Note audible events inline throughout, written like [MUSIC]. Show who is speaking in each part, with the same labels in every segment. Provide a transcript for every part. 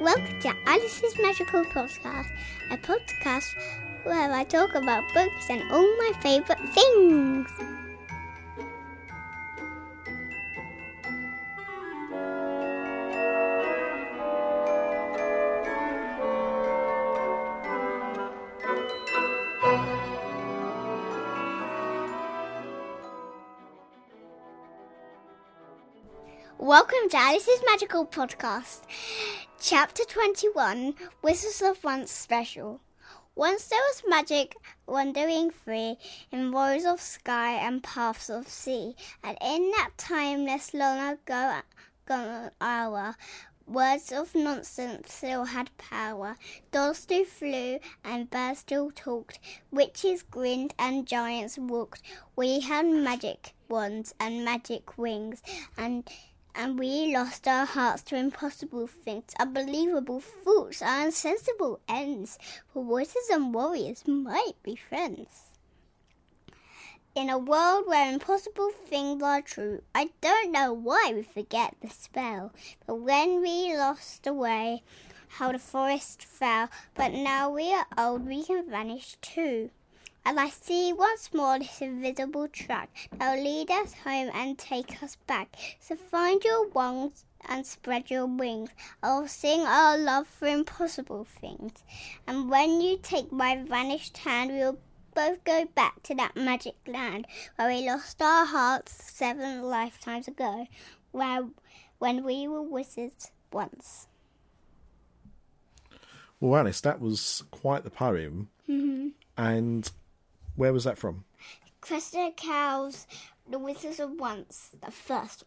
Speaker 1: Welcome to Alice's Magical Podcast, a podcast where I talk about books and all my favourite things. Welcome to Alice's Magical Podcast, Chapter 21 Whistles of Once Special. Once there was magic wandering free in rows of sky and paths of sea, and in that timeless long ago gone hour, words of nonsense still had power. Dolls still flew and birds still talked, witches grinned and giants walked. We had magic wands and magic wings, and and we lost our hearts to impossible things, unbelievable thoughts, our insensible ends, for voices and warriors might be friends. In a world where impossible things are true, I don't know why we forget the spell, but when we lost the way, how the forest fell, but now we are old, we can vanish too. And I see once more this invisible track that'll lead us home and take us back. So find your wings and spread your wings. I'll sing our love for impossible things. And when you take my vanished hand, we'll both go back to that magic land where we lost our hearts seven lifetimes ago, where when we were wizards once.
Speaker 2: Well, Alice, that was quite the poem. And where was that from?
Speaker 1: Crested Cows, The Wizards of Once, the first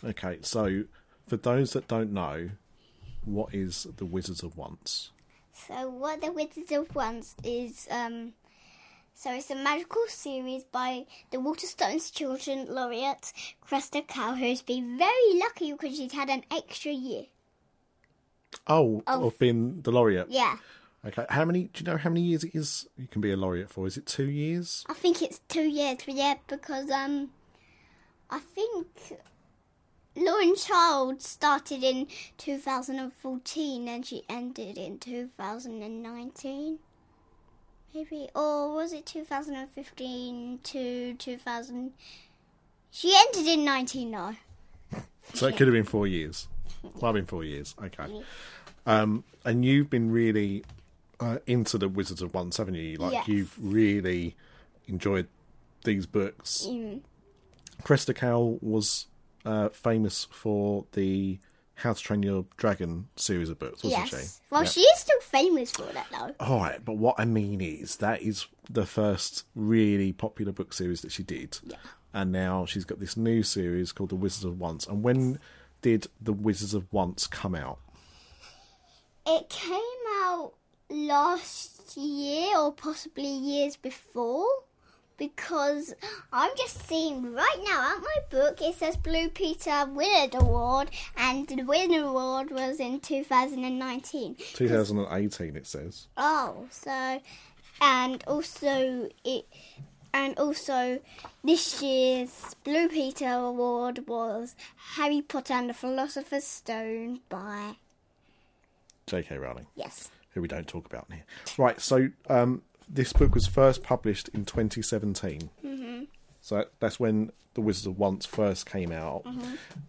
Speaker 1: one.
Speaker 2: Okay, so for those that don't know, what is the Wizards of Once?
Speaker 1: So what the Wizards of Once is um so it's a magical series by the Waterstones Children Laureate Cresta Cow, who's been very lucky because she's had an extra year.
Speaker 2: Oh, of being the laureate.
Speaker 1: Yeah.
Speaker 2: Okay, how many? Do you know how many years it is you can be a laureate for? Is it two years?
Speaker 1: I think it's two years, but yeah, because um I think Lauren Child started in 2014 and she ended in 2019. Maybe, or was it 2015 to 2000? She ended in oh. 19, no.
Speaker 2: So it could have been four years. Might have been four years. Okay. Um, and you've been really uh, into the Wizards of Once, haven't you? Like
Speaker 1: Yes.
Speaker 2: you've really enjoyed these books. Cresta Cowell was uh, famous for the How to Train Your Dragon series of books, wasn't she?
Speaker 1: Yes. Well,
Speaker 2: Yeah.
Speaker 1: she is still famous for that, though.
Speaker 2: All right, but what I mean is that is the first really popular book series that she did, and now she's got this new series called The Wizards of Once. And when did The Wizards of Once come out?
Speaker 1: It came out last year or possibly years before because I'm just seeing right now at my book it says Blue Peter Willard Award and the winner award was in 2019.
Speaker 2: 2018, it says.
Speaker 1: Oh, so and also it and also this year's Blue Peter Award was Harry Potter and the Philosopher's Stone by
Speaker 2: J.K. Rowling.
Speaker 1: yes.
Speaker 2: who we don't talk about here. Right, so um, this book was first published in 2017. Mm-hmm. So that- that's when The Wizard of Once first came out.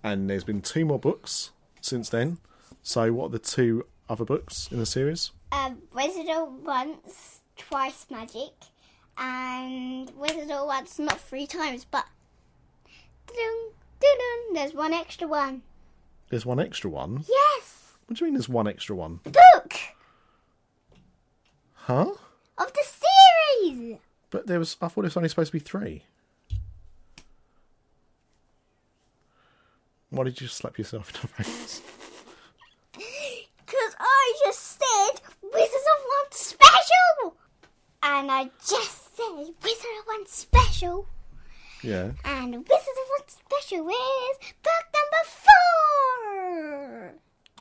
Speaker 2: And there's been two more books since then. So what are the two other books in the series?
Speaker 1: um, Wizard of once, twice magic, and Wizard of once not three times, but dun dun there's one extra one.
Speaker 2: There's one extra one.
Speaker 1: Yes,
Speaker 2: What do you mean there's one extra one?
Speaker 1: book
Speaker 2: Huh?
Speaker 1: of the series. [GASPS]
Speaker 2: But there was I thought it was only supposed to be three. Why did you slap yourself in the [LAUGHS] face?
Speaker 1: Cause I just said Wizard of once special, and I just said Wizard of once special,
Speaker 2: yeah.
Speaker 1: and Wizard of once special is book number four.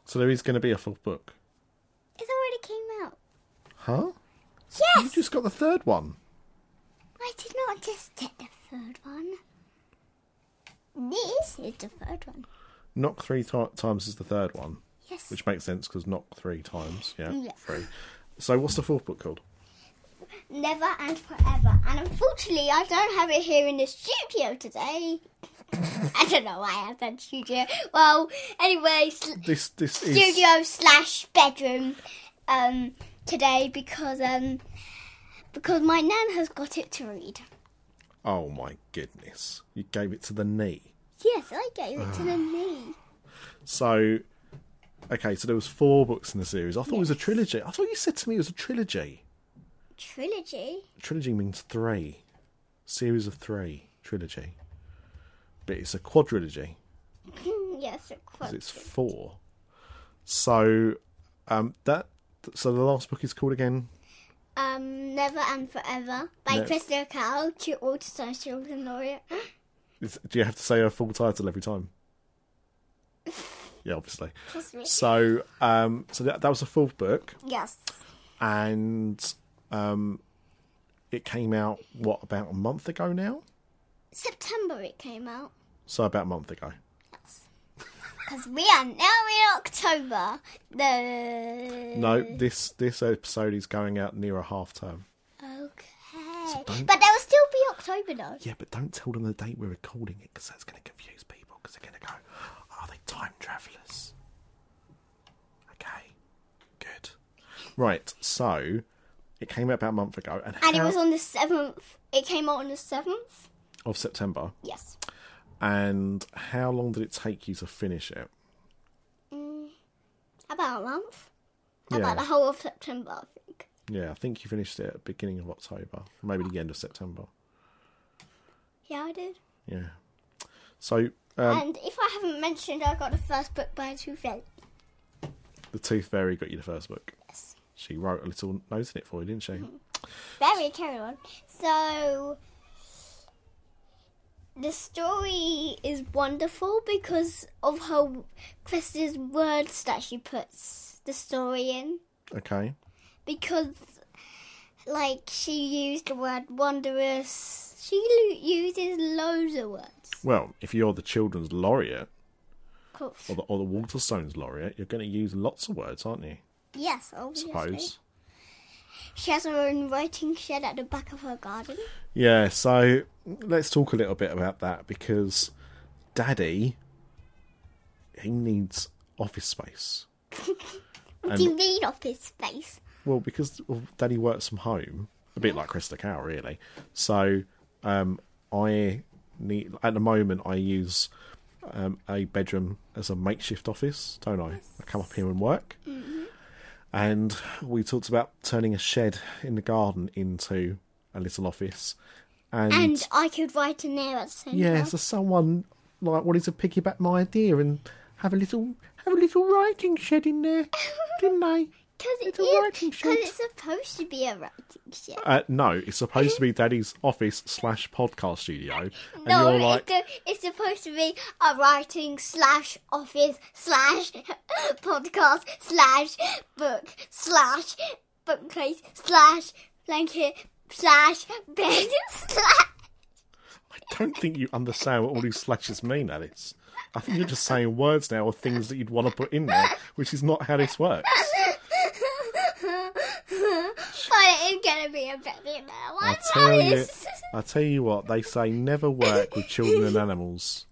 Speaker 2: So there is going to be a fourth book.
Speaker 1: It's already came out.
Speaker 2: Huh?
Speaker 1: Yes.
Speaker 2: You just got the third one.
Speaker 1: I did not just get the third one. This is the third one.
Speaker 2: Knock three ti times is the third one.
Speaker 1: Yes.
Speaker 2: which makes sense because knock three times. Yeah,
Speaker 1: Yeah.
Speaker 2: three. So what's the fourth book called?
Speaker 1: Never and forever. And unfortunately, I don't have it here in the studio today. [COUGHS] I don't know why I have that studio. Well, anyway, sl-
Speaker 2: This this is
Speaker 1: studio slash bedroom um, today because um, because my nan has got it to read.
Speaker 2: oh my goodness! You gave it to the knee.
Speaker 1: Yes, I gave it to the knee.
Speaker 2: So okay, so there was four books in the series. I thought it was a trilogy. I thought you said to me it was a trilogy.
Speaker 1: Trilogy.
Speaker 2: Trilogy means three, series of three trilogy. But it's a quadrilogy.
Speaker 1: Mm, yes, it was.
Speaker 2: 'cause it's four. So um, that so the last book is called again.
Speaker 1: Um, Never and Forever by
Speaker 2: No.
Speaker 1: Crystal Cow, two Waterstone Children Laureate. [GASPS]
Speaker 2: Is- Do you have to say her full title every time? Yeah, obviously.
Speaker 1: [LAUGHS] Trust me.
Speaker 2: So, um, so that, that was the fourth book,
Speaker 1: Yes.
Speaker 2: and um, it came out what about a month ago now?
Speaker 1: September it came out.
Speaker 2: So about a month ago.
Speaker 1: Because we are now in October. The...
Speaker 2: No, this this episode is going out near a half term.
Speaker 1: Okay.
Speaker 2: don't-
Speaker 1: but there will still be October though.
Speaker 2: Yeah, but don't tell them the date we're recording it because that's going to confuse people because they're going to go, are they time travellers? Okay, good. Right, so it came out about a month ago, and,
Speaker 1: And it
Speaker 2: how-
Speaker 1: was on the 7th. It came out on the 7th.
Speaker 2: of September.
Speaker 1: Yes.
Speaker 2: And how long did it take you to finish it?
Speaker 1: About a month.
Speaker 2: Yeah,
Speaker 1: About the whole of September, I think.
Speaker 2: yeah, I think you finished it at the beginning of October, maybe the end of September.
Speaker 1: Yeah, I did.
Speaker 2: Yeah. So um,
Speaker 1: and if I haven't mentioned, I got the first book by two friends.
Speaker 2: the Tooth Fairy got you the first book.
Speaker 1: Yes.
Speaker 2: She wrote a little note in it for you, didn't she?
Speaker 1: Very carry on. So the story is wonderful because of her Chris's words that she puts the story in.
Speaker 2: Okay.
Speaker 1: Because like she used the word wondrous. She lo- uses loads of words.
Speaker 2: Well, if you're the children's laureate,
Speaker 1: Cool.
Speaker 2: or the, or the Waterstones laureate, you're going to use lots of words, aren't you?
Speaker 1: Yes, obviously.
Speaker 2: Suppose.
Speaker 1: She has her own writing shed at the back of her garden.
Speaker 2: Yeah. So let's talk a little bit about that because Daddy, he needs office space.
Speaker 1: What
Speaker 2: And-
Speaker 1: do you mean office space?
Speaker 2: Well, because well, Daddy works from home, a bit like Chris the cow, really. So um, I need at the moment I use um, a bedroom as a makeshift office, don't I? I come up here and work. And we talked about turning a shed in the garden into a little office, and,
Speaker 1: And I could write in there at the same
Speaker 2: yeah,
Speaker 1: time.
Speaker 2: so someone like wanted to piggyback my idea and have a little have a little writing shed in [LAUGHS] there, didn't they?
Speaker 1: Because it
Speaker 2: It's a
Speaker 1: is-
Speaker 2: writing
Speaker 1: 'cause
Speaker 2: shed.
Speaker 1: it's supposed to be a writing shed.
Speaker 2: Uh, no, it's supposed to be Daddy's office slash podcast studio, and
Speaker 1: No,
Speaker 2: you're
Speaker 1: it's,
Speaker 2: like,
Speaker 1: a- it's supposed to be a writing slash office slash [LAUGHS] podcast slash book slash bookcase slash blanket slash bed [LAUGHS]
Speaker 2: [LAUGHS]
Speaker 1: slash.
Speaker 2: I don't think you understand what all these slashes mean, Alice. I think you're just saying words now or things that you'd want to put in there, which is not how this works.
Speaker 1: but it is gonna be a baby now. I, [LAUGHS]
Speaker 2: I tell you,
Speaker 1: promise.
Speaker 2: I tell you what they say: never work with children and animals.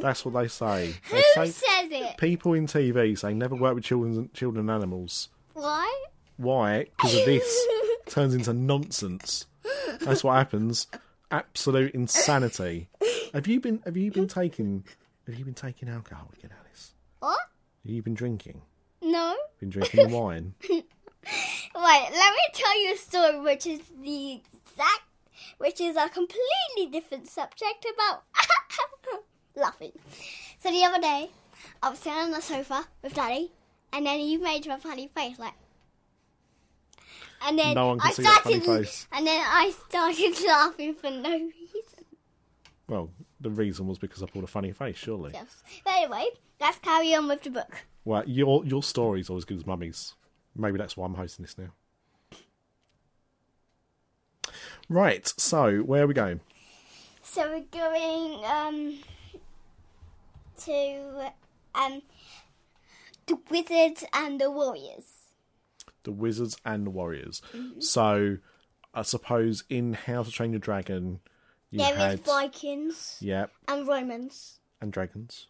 Speaker 2: That's what they say. They
Speaker 1: Who
Speaker 2: say
Speaker 1: says it?
Speaker 2: people in TV say never work with children, children and animals.
Speaker 1: Why?
Speaker 2: Why? Because of this turns into nonsense. That's what happens. Absolute insanity. Have you been? Have you been taking? Have you been taking alcohol again, Alice?
Speaker 1: What?
Speaker 2: Have you been drinking?
Speaker 1: No.
Speaker 2: Been drinking wine?
Speaker 1: Right, let me tell you a story which is the exact, which is a completely different subject about [LAUGHS] laughing. So the other day, I was sitting on the sofa with Daddy, and then he made a funny face like. And then
Speaker 2: No one can
Speaker 1: I
Speaker 2: see that
Speaker 1: started,
Speaker 2: funny face.
Speaker 1: and then I started [LAUGHS] laughing for no reason.
Speaker 2: Well, the reason was because I pulled a funny face, surely.
Speaker 1: Yes. But anyway, let's carry on with the book.
Speaker 2: Well, your your story's always good as mummy's. Maybe that's why I'm hosting this now. Right. So where are we going?
Speaker 1: So we're going um to um the wizards and the warriors.
Speaker 2: the wizards and the warriors.
Speaker 1: Mm-hmm.
Speaker 2: So I suppose in How to Train Your Dragon, you
Speaker 1: There is
Speaker 2: had
Speaker 1: Vikings
Speaker 2: yeah,
Speaker 1: and Romans,
Speaker 2: and dragons.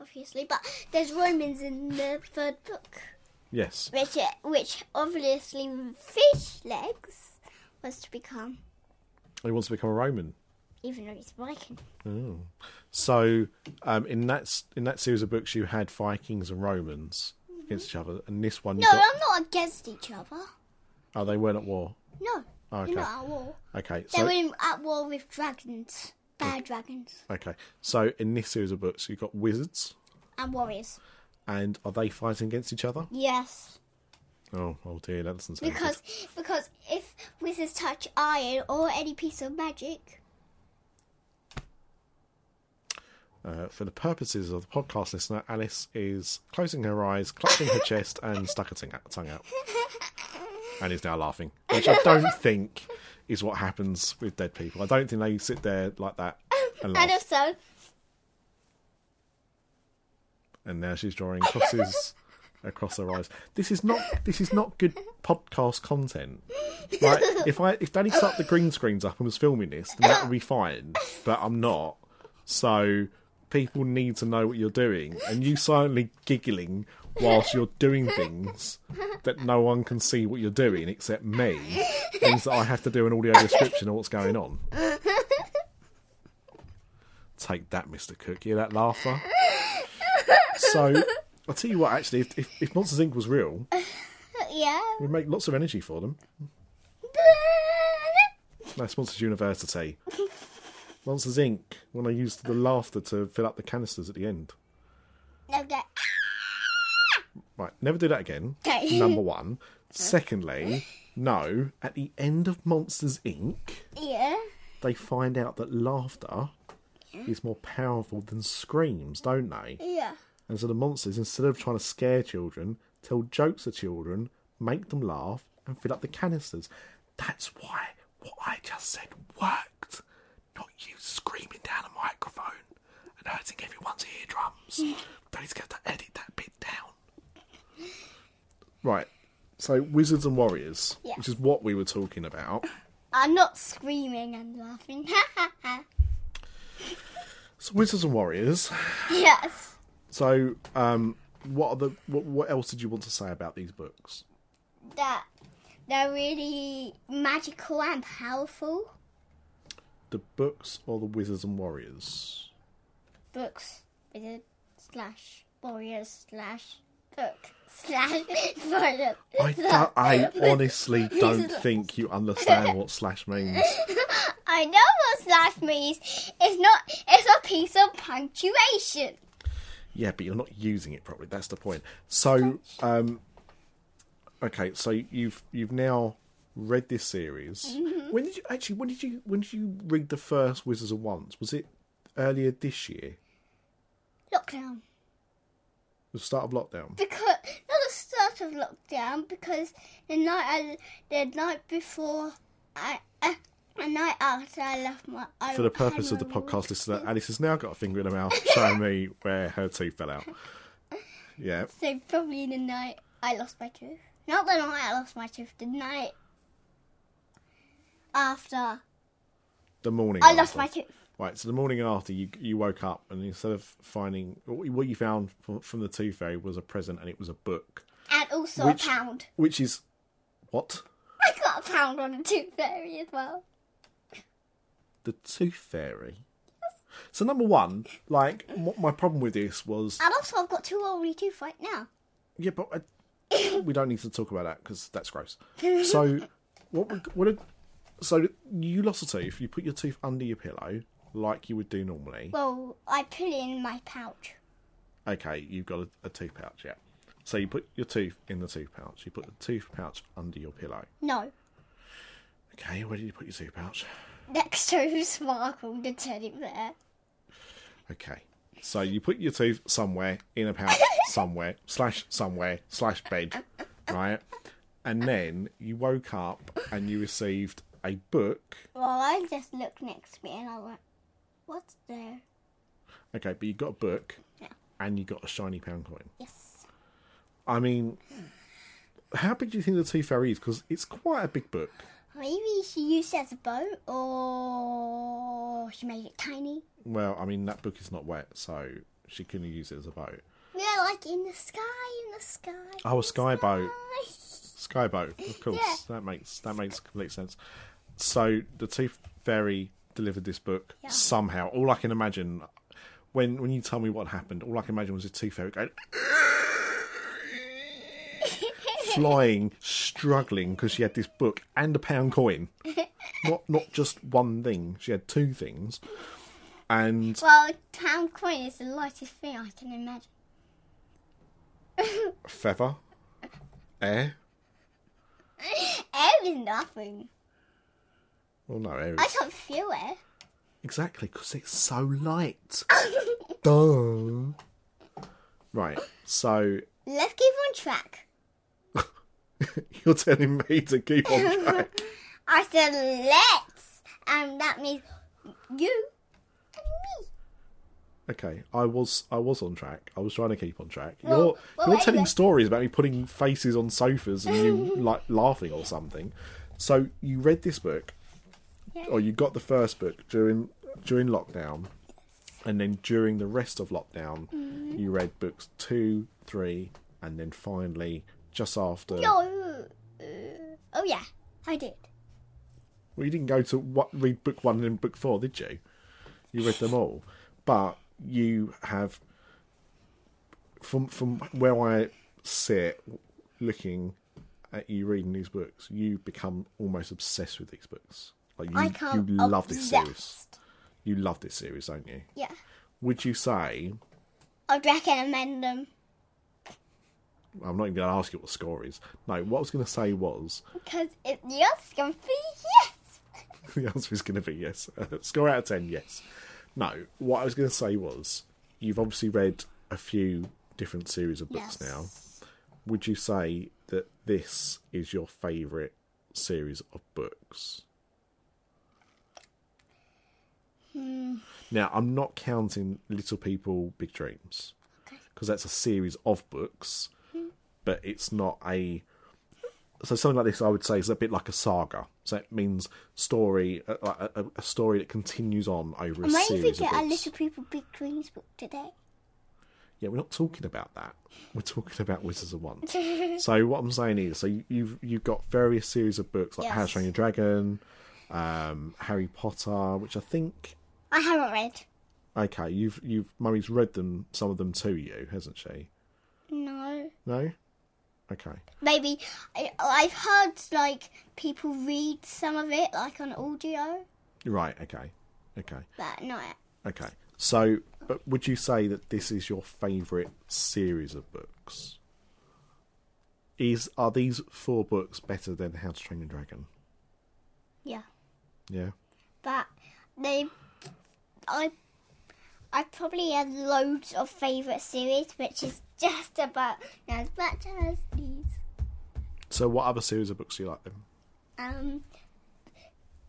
Speaker 1: obviously, but there's Romans in the third book,
Speaker 2: Yes,
Speaker 1: which which obviously fish legs was to become,
Speaker 2: he wants to become a Roman. Oh.
Speaker 1: even though he's Viking.
Speaker 2: So um, in that s- in that series of books, you had Vikings and Romans against each other, and this one, you
Speaker 1: Mm-hmm. No,
Speaker 2: got-
Speaker 1: I'm not against each other.
Speaker 2: oh, they weren't at war.
Speaker 1: No,
Speaker 2: Okay.
Speaker 1: you're not at war.
Speaker 2: Okay,
Speaker 1: They
Speaker 2: so
Speaker 1: were in, at war with dragons, bad dragons,
Speaker 2: okay, so in this series of books, you have got wizards,
Speaker 1: and warriors.
Speaker 2: and are they fighting against each other?
Speaker 1: Yes,
Speaker 2: Oh, oh dear, that doesn't sound
Speaker 1: because because if wizards touch iron or any piece of magic,
Speaker 2: good. Uh, for the purposes of the podcast listener, Alice is closing her eyes, clutching her chest, and stuck her ting- tongue out, and is now laughing, which I don't think is what happens with dead people. I don't think they sit there like that and laugh.
Speaker 1: and also
Speaker 2: and now she's drawing crosses across her eyes. This is not this is not good podcast content. Like if I if Danny stuck the green screens up and was filming this, then that would be fine. But I'm not. So people need to know what you're doing, and you silently giggling whilst you're doing things that no one can see what you're doing except me. Things that I have to do an audio description of what's going on. Take that, Mr. Cook. Hear that laughter? So [LAUGHS] I'll tell you what, actually, if, if, if Monsters Inc. was real,
Speaker 1: yeah.
Speaker 2: we'd make lots of energy for them. That's Monsters University. Monsters Inc. When I used the laughter to fill up the canisters at the end.
Speaker 1: No, no.
Speaker 2: Right, never do that again.
Speaker 1: Okay.
Speaker 2: Number one. Secondly, no, at the end of Monsters Inc.,
Speaker 1: Yeah.
Speaker 2: they find out that laughter is more powerful than screams, don't they?
Speaker 1: Yeah.
Speaker 2: And so the monsters, instead of trying to scare children, tell jokes to children, make them laugh, and fill up the canisters. That's why what I just said worked. Not you screaming down a microphone and hurting everyone's eardrums. Don't have to edit that bit down. Right. So wizards and warriors,
Speaker 1: Yeah.
Speaker 2: which is what we were talking about.
Speaker 1: I'm not screaming and laughing. [LAUGHS]
Speaker 2: So wizards and warriors.
Speaker 1: yes.
Speaker 2: So um, what are the what, what else did you want to say about these books?
Speaker 1: That they're really magical and powerful
Speaker 2: the books or the wizards and warriors
Speaker 1: books with a slash warriors slash book [LAUGHS] slash warrior.
Speaker 2: I, don't- I honestly don't think you understand what slash means.
Speaker 1: I know what slash means. It's not. It's a piece of punctuation.
Speaker 2: Yeah, but you're not using it properly. That's the point. So, um, okay, so you've you've now read this series.
Speaker 1: Mm-hmm.
Speaker 2: When did you actually? When did you? When did you read the first Wizards of Once? Was it earlier this year,
Speaker 1: Lockdown.
Speaker 2: the start of lockdown?
Speaker 1: because not the start of lockdown because the night I, the night before I uh, the night after I left my I,
Speaker 2: For the
Speaker 1: had
Speaker 2: purpose of
Speaker 1: my
Speaker 2: the podcast listener, Alice has now got a finger in her mouth showing me where her teeth
Speaker 1: [LAUGHS]
Speaker 2: fell out. Yeah.
Speaker 1: So probably the night I lost my tooth. Not the night I lost my tooth. The night after
Speaker 2: the morning.
Speaker 1: I lost
Speaker 2: after.
Speaker 1: my tooth.
Speaker 2: Right, so the morning after you you woke up and instead of finding what you- what you found from, from the Tooth Fairy was a present and it was a book,
Speaker 1: And also
Speaker 2: Which-
Speaker 1: a pound. [LAUGHS]
Speaker 2: which is what
Speaker 1: I got a pound on a tooth fairy as well.
Speaker 2: the Tooth Fairy. So number one, like what my problem with this was,
Speaker 1: And also I've got two only tooth right now.
Speaker 2: yeah, but I, we don't need to talk about that because that's gross. So what we- what did, so you lost a tooth, you put your tooth under your pillow like you would do normally.
Speaker 1: Well, I put it in my pouch.
Speaker 2: okay, you've got a, a tooth pouch, yeah. So you put your tooth in the tooth pouch. You put the tooth pouch under your pillow.
Speaker 1: No.
Speaker 2: Okay, where did you put your tooth pouch?
Speaker 1: next to Sparkle the teddy bear.
Speaker 2: Okay. So you put your tooth somewhere in a pouch, somewhere, slash somewhere, slash bed, right? And then you woke up and you received a book.
Speaker 1: Well, I just looked next to me and I went, "What's there?"
Speaker 2: Okay, but you got a book
Speaker 1: Yeah.
Speaker 2: and you got a shiny pound coin.
Speaker 1: Yes.
Speaker 2: I mean, how big do you think the Tooth Fairy is? Because it's quite a big book.
Speaker 1: Maybe she used it as a boat, or she made it tiny.
Speaker 2: Well, I mean, that book is not wet, so she couldn't use it as a boat.
Speaker 1: Yeah, like in the sky, in the sky.
Speaker 2: Oh, a sky boat.
Speaker 1: boat.
Speaker 2: Skyboat, of course.
Speaker 1: Yeah.
Speaker 2: That makes that makes complete sense. So the Tooth Fairy delivered this book somehow. All I can imagine when when you tell me what happened, all I can imagine was the Tooth Fairy going flying, struggling because she had this book and a pound coin. Not not just one thing. She had two things. And
Speaker 1: Well, pound coin is the lightest thing I can imagine. [LAUGHS]
Speaker 2: feather, air.
Speaker 1: Air is nothing.
Speaker 2: Well, no, air
Speaker 1: I
Speaker 2: is
Speaker 1: can't feel it.
Speaker 2: Exactly, because it's so light. [LAUGHS] Duh. Right, so [LAUGHS]
Speaker 1: Let's keep on track.
Speaker 2: you're telling me to
Speaker 1: [LAUGHS]
Speaker 2: keep on track.
Speaker 1: I said let's, and that means you and me.
Speaker 2: Okay, I was I was on track. I was trying to keep on track. You're
Speaker 1: Well, well,
Speaker 2: you're
Speaker 1: wait,
Speaker 2: telling
Speaker 1: wait.
Speaker 2: stories about me putting faces on sofas
Speaker 1: [LAUGHS]
Speaker 2: and you like laughing or something. So you read this book, or you got the first book during during lockdown, and then during the rest of lockdown,
Speaker 1: Mm-hmm.
Speaker 2: you read books two, three, and then finally just after.
Speaker 1: No. Uh, oh yeah, I did.
Speaker 2: Well, you didn't go to what read book one and then book four, did you? You read them all, but you have from from where I sit, looking at you reading these books, you become almost obsessed with these books. Like you,
Speaker 1: I can't.
Speaker 2: you love this series.
Speaker 1: obsessed.
Speaker 2: You love this series, don't you?
Speaker 1: Yeah,
Speaker 2: Would you say?
Speaker 1: I'd recommend them.
Speaker 2: I'm not even going to ask you what the score is. No, what I was going to say was
Speaker 1: Because it yes can be yes.
Speaker 2: [LAUGHS] the answer is going to be yes. [LAUGHS] Score out of 10, yes. No, what I was going to say was you've obviously read a few different series of books
Speaker 1: Yes.
Speaker 2: now. Would you say that this is your favourite series of books? Now, I'm not counting Little People, Big Dreams because that's a series of books, but it's not a. So something like this, I would say, is a bit like a saga. So it means story, a, a, a- a story that continues on over a
Speaker 1: I'm waiting
Speaker 2: series
Speaker 1: to get
Speaker 2: of
Speaker 1: a
Speaker 2: books.
Speaker 1: little people big dreams book today.
Speaker 2: Yeah, we're not talking about that. We're talking about Wizards
Speaker 1: [LAUGHS]
Speaker 2: of Once. so what I'm saying is, so you- you've you've got various series of books like How to
Speaker 1: Yes.
Speaker 2: Train Your Dragon, um, Harry Potter, which I think
Speaker 1: I haven't read.
Speaker 2: okay, you've you've Murray's read them some of them to you, hasn't she?
Speaker 1: No.
Speaker 2: No, okay.
Speaker 1: Maybe I, I've heard like people read some of it, like on audio,
Speaker 2: Right, okay, okay,
Speaker 1: but not.
Speaker 2: okay. So, but would you say that this is your favourite series of books? Is are these four books better than How to Train Your Dragon?
Speaker 1: Yeah,
Speaker 2: Yeah,
Speaker 1: but they, I, I probably had loads of favourite series, which is just about as much as these.
Speaker 2: So, what other series of books do you like then?
Speaker 1: Um,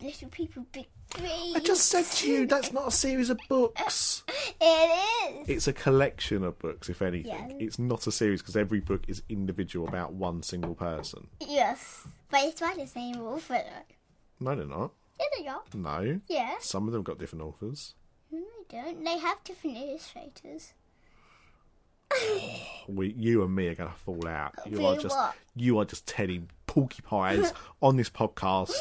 Speaker 1: little people, big dreams.
Speaker 2: I just said to you, that's not a series of books.
Speaker 1: It is.
Speaker 2: It's a collection of books, if anything.
Speaker 1: Yeah.
Speaker 2: It's not a series because every book is individual about one single person.
Speaker 1: Yes, but it's by the same author. though.
Speaker 2: No, they're not.
Speaker 1: Yeah, they are.
Speaker 2: No.
Speaker 1: Yeah.
Speaker 2: Some of them got different authors.
Speaker 1: No, they don't. They have different illustrators.
Speaker 2: We, you and me are going to fall out. You are
Speaker 1: We
Speaker 2: just,
Speaker 1: what?
Speaker 2: you are just telling porcupines on this podcast.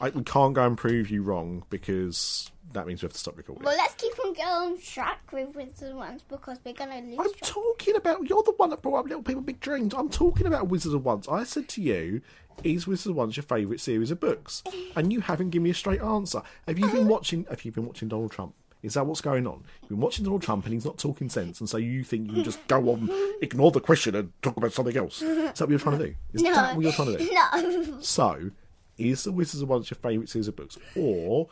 Speaker 2: I, we can't go and prove you wrong because that means we have to stop recording.
Speaker 1: Well, let's keep on going on track with Wizard Ones because we're gonna lose
Speaker 2: I'm
Speaker 1: track. [LAUGHS]
Speaker 2: talking about you're the one that brought up Little People Big Dreams. I'm talking about Wizard of Oz. I said to you, is Wizard of Oz your favourite series of books? And you haven't given me a straight answer. Have you been watching have you been watching Donald Trump? Is that what's going on? You've been watching Donald Trump and he's not talking sense and so you think you can just go on, ignore the question and talk about something else. Is that what you're trying to do? Is that what you're trying to do?
Speaker 1: No.
Speaker 2: So, is the Wizards of Oz your favourite series of books? Or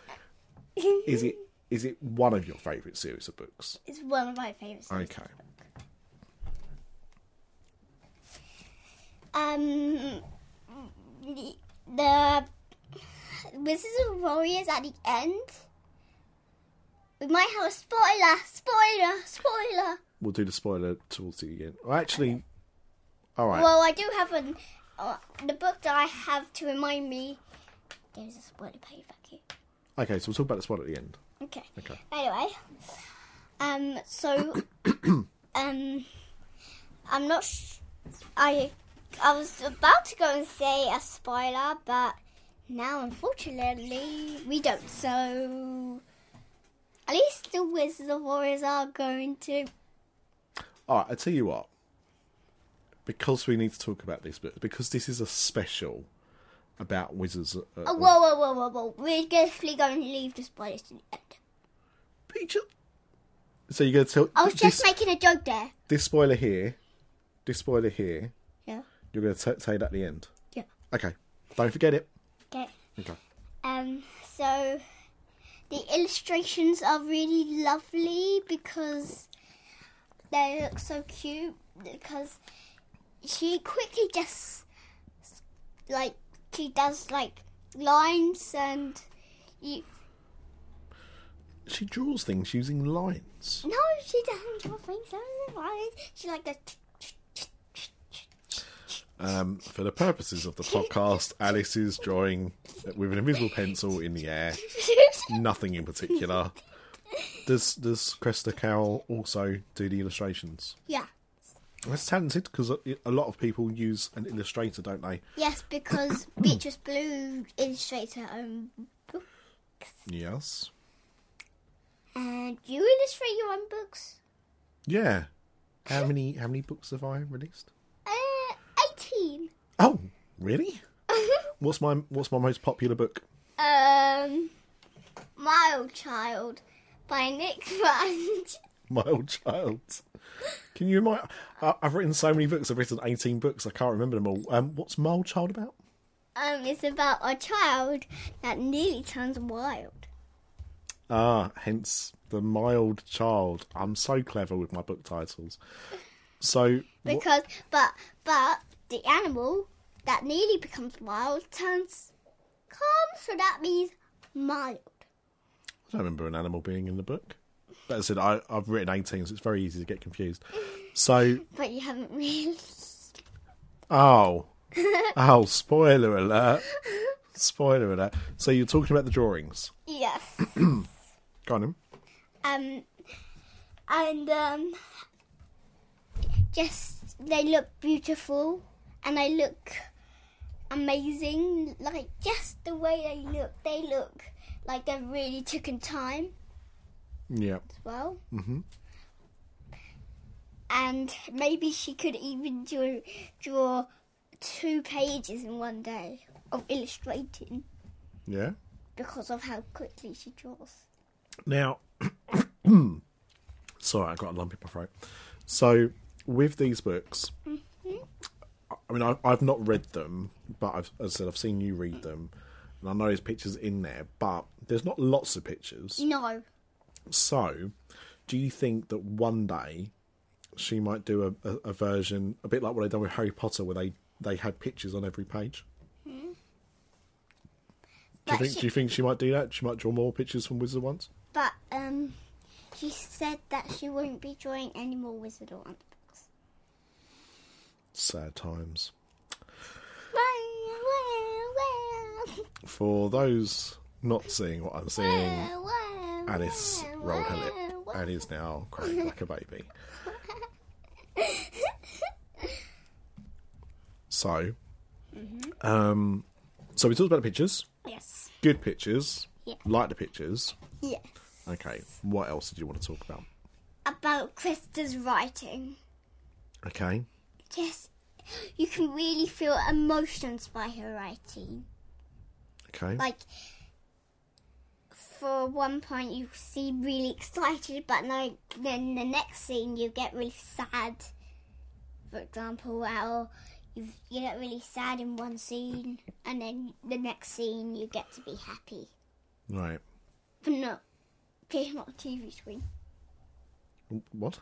Speaker 2: is it is it one of your favourite series of books?
Speaker 1: it's one of my favourites.
Speaker 2: Okay.
Speaker 1: Um, the, the Wizards of Warriors at the end. We might have a spoiler, spoiler, spoiler.
Speaker 2: we'll do the spoiler towards the end. Well, actually, All right.
Speaker 1: Well, I do have an uh, the book that I have to remind me. There's a spoiler page back here.
Speaker 2: okay, so we'll talk about this one at the end.
Speaker 1: Okay.
Speaker 2: Okay.
Speaker 1: Anyway, um,
Speaker 2: [COUGHS]
Speaker 1: so, um, I'm not. Sh- I I was about to go and say a spoiler, but now unfortunately we don't. So, at least the Wizard of Warriors are going to.
Speaker 2: All right, I tell you what. Because we need to talk about this, but because this is a special about wizards. Uh,
Speaker 1: Oh, whoa, whoa, whoa, whoa, whoa! We're definitely going to leave the spoilers to the end.
Speaker 2: Peach- So you're going to tell
Speaker 1: I was
Speaker 2: this,
Speaker 1: just making a joke there.
Speaker 2: this spoiler here, this spoiler here.
Speaker 1: Yeah.
Speaker 2: You're going to tell it at the end.
Speaker 1: Yeah.
Speaker 2: Okay, don't forget it.
Speaker 1: Okay.
Speaker 2: Okay.
Speaker 1: Um, so the illustrations are really lovely because they look so cute. Because she quickly just like she does like lines and you.
Speaker 2: She draws things using lines.
Speaker 1: No, she doesn't draw things. Those are lines. She like goes. [LAUGHS]
Speaker 2: Um, for the purposes of the podcast, Alice is drawing with an invisible pencil in the air. Nothing in particular. Does does Cresta Carroll also do the illustrations?
Speaker 1: yeah.
Speaker 2: That's talented because a a lot of people use an illustrator, don't they?
Speaker 1: Yes, because Beatrice Blue illustrates her own book,
Speaker 2: Yes.
Speaker 1: and you illustrate your own books.
Speaker 2: Yeah. How many how many books have I released?
Speaker 1: Uh, 18.
Speaker 2: Oh, [LAUGHS] really? What's my what's my most popular book? [LAUGHS]
Speaker 1: um, Mild Child by Nick Rand.
Speaker 2: My old child. Can you remind? I- I've written so many books. I've written eighteen books. I can't remember them all. Um, what's my old child about?
Speaker 1: Um, it's about a child that nearly turns wild.
Speaker 2: Ah, hence the mild child. I'm so clever with my book titles. So, wha-
Speaker 1: Because, but, but the animal that nearly becomes wild turns calm, so that means mild.
Speaker 2: I don't remember an animal being in the book. That said, I, I've written 18, so it's very easy to get confused. So,
Speaker 1: But you haven't [LAUGHS] really.
Speaker 2: oh, oh, spoiler alert, spoiler alert. So you're talking about the drawings.
Speaker 1: Yes.
Speaker 2: Go on, then.
Speaker 1: um, and um, just they look beautiful and they look amazing. Like just the way they look, they look like they've really taken time
Speaker 2: Yeah.
Speaker 1: as well. Mm-hmm. And maybe she could even do, draw two pages in one day of illustrating
Speaker 2: Yeah.
Speaker 1: because of how quickly she draws.
Speaker 2: Now, [COUGHS] sorry, I got a lump in my throat. So, with these books, I mean, I, I've not read them, but I've, as I said, I've seen you read them, and I know there's pictures in there, but there's not lots of pictures.
Speaker 1: No.
Speaker 2: So, do you think that one day she might do a, a, a version, a bit like what they done with Harry Potter, where they, they had pictures on every page? Do
Speaker 1: But
Speaker 2: you, think,
Speaker 1: she-
Speaker 2: do you think she might do that? She might draw more pictures from Wizard Once?
Speaker 1: But um, she said that she wouldn't be drawing any more Wizard of Oz books.
Speaker 2: Sad times.
Speaker 1: Wow, wow,
Speaker 2: For those not seeing what I'm seeing,
Speaker 1: wow, wow,
Speaker 2: Alice
Speaker 1: wow,
Speaker 2: rolled her lip
Speaker 1: wow, wow.
Speaker 2: and is now crying like a baby. So, um, so we talked about the pictures.
Speaker 1: Yes,
Speaker 2: Good pictures.
Speaker 1: Yeah.
Speaker 2: Like the pictures.
Speaker 1: yes.
Speaker 2: Okay. What else did you want to talk about?
Speaker 1: About Krista's writing.
Speaker 2: Okay.
Speaker 1: Yes, you can really feel emotions by her writing.
Speaker 2: Okay.
Speaker 1: Like, for one point, you seem really excited, but no, then the next scene, you get really sad. For example, how you, you get really sad in one scene, and then the next scene, you get to be happy.
Speaker 2: Right.
Speaker 1: But no, it's [LAUGHS] not a TV screen.
Speaker 2: What?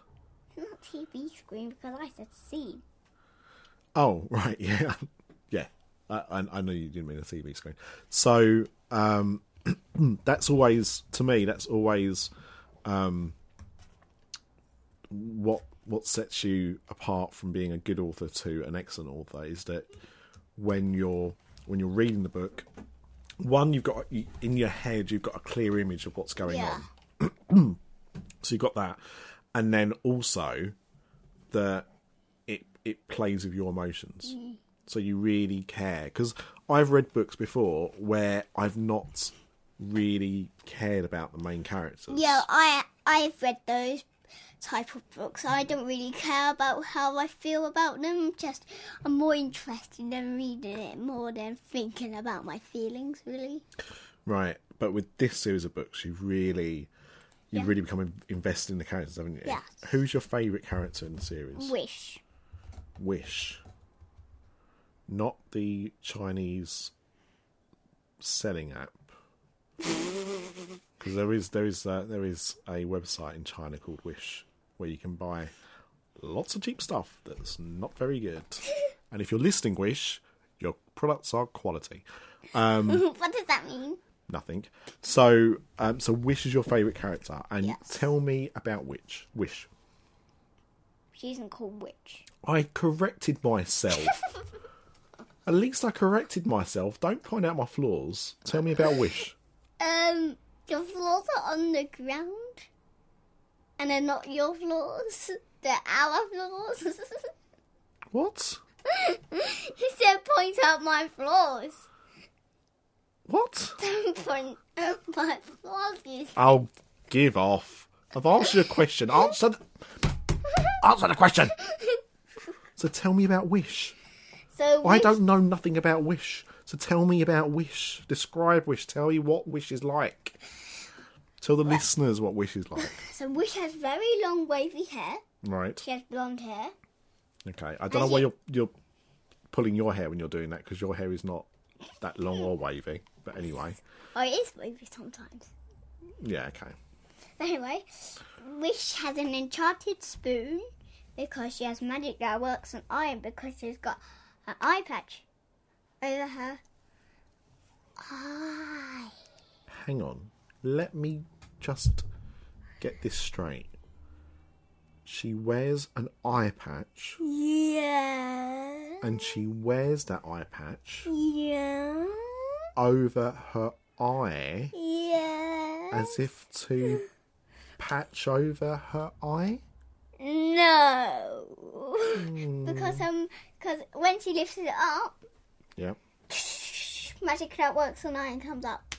Speaker 1: It's not a TV screen because I said scene.
Speaker 2: Oh, [LAUGHS] right, yeah, yeah. I, I, I know you didn't mean a TV screen. So um, [CLEARS THROAT] that's always to me. That's always um, what what sets you apart from being a good author to an excellent author is that when you're when you're reading the book, one you've got you- in your head you've got a clear image of what's going
Speaker 1: Yeah.
Speaker 2: on. So you've got that, and then also that it it plays with your emotions.
Speaker 1: Mm.
Speaker 2: So you really care because I've read books before where I've not really cared about the main characters.
Speaker 1: Yeah, I I've read those type of books. I don't really care about how I feel about them. Just I'm more interested in reading it more than thinking about my feelings. Really.
Speaker 2: Right, but with this series of books, you really, you
Speaker 1: Yeah.
Speaker 2: really become in- invested in the characters, haven't you?
Speaker 1: Yes.
Speaker 2: Who's your favourite character in the series?
Speaker 1: Wish. [LAUGHS]
Speaker 2: Wish. Not the Chinese selling app, because there is there is uh, there is a website in China called Wish where you can buy lots of cheap stuff that's not very good. and if you're listening, Wish, your products are quality.
Speaker 1: what does that mean?
Speaker 2: nothing. So, um, so Wish is your favourite character, and
Speaker 1: Yes.
Speaker 2: tell me about Witch. Wish.
Speaker 1: She's not called witch.
Speaker 2: I corrected myself. At least I corrected myself. Don't point out my flaws. Tell me about Wish.
Speaker 1: Um, your floors are on the ground, and they're not your floors. [LAUGHS] They're our [LAUGHS] floors.
Speaker 2: What?
Speaker 1: he said, "Point out my floors."
Speaker 2: What?
Speaker 1: [LAUGHS] Don't point out my floors. You
Speaker 2: I'll give off. I've answered your question. Answer. The... Answer the question. So tell me about Wish.
Speaker 1: So
Speaker 2: I
Speaker 1: Wish-
Speaker 2: don't know nothing about Wish. So tell me about Wish. Describe Wish. Tell me what Wish is like. Tell the listeners what Wish is like.
Speaker 1: So Wish has very long wavy hair.
Speaker 2: Right.
Speaker 1: She has blonde hair.
Speaker 2: Okay. I don't know
Speaker 1: Has
Speaker 2: why
Speaker 1: it-
Speaker 2: you're you're pulling your hair when you're doing that because your hair is not that long or wavy. But anyway,
Speaker 1: Or Oh, it is wavy sometimes.
Speaker 2: yeah. Okay.
Speaker 1: But anyway, Wish has an enchanted spoon because she has magic that works on iron because she's got an eye patch over her eye.
Speaker 2: Hang on. Let me just get this straight. She wears an eye patch,
Speaker 1: Yeah.
Speaker 2: and she wears that eye patch
Speaker 1: Yeah.
Speaker 2: over her eye
Speaker 1: Yeah.
Speaker 2: as if to patch over her eye.
Speaker 1: No. [LAUGHS] because um, because when she lifts it up,
Speaker 2: Yeah.
Speaker 1: magic that works on iron comes up.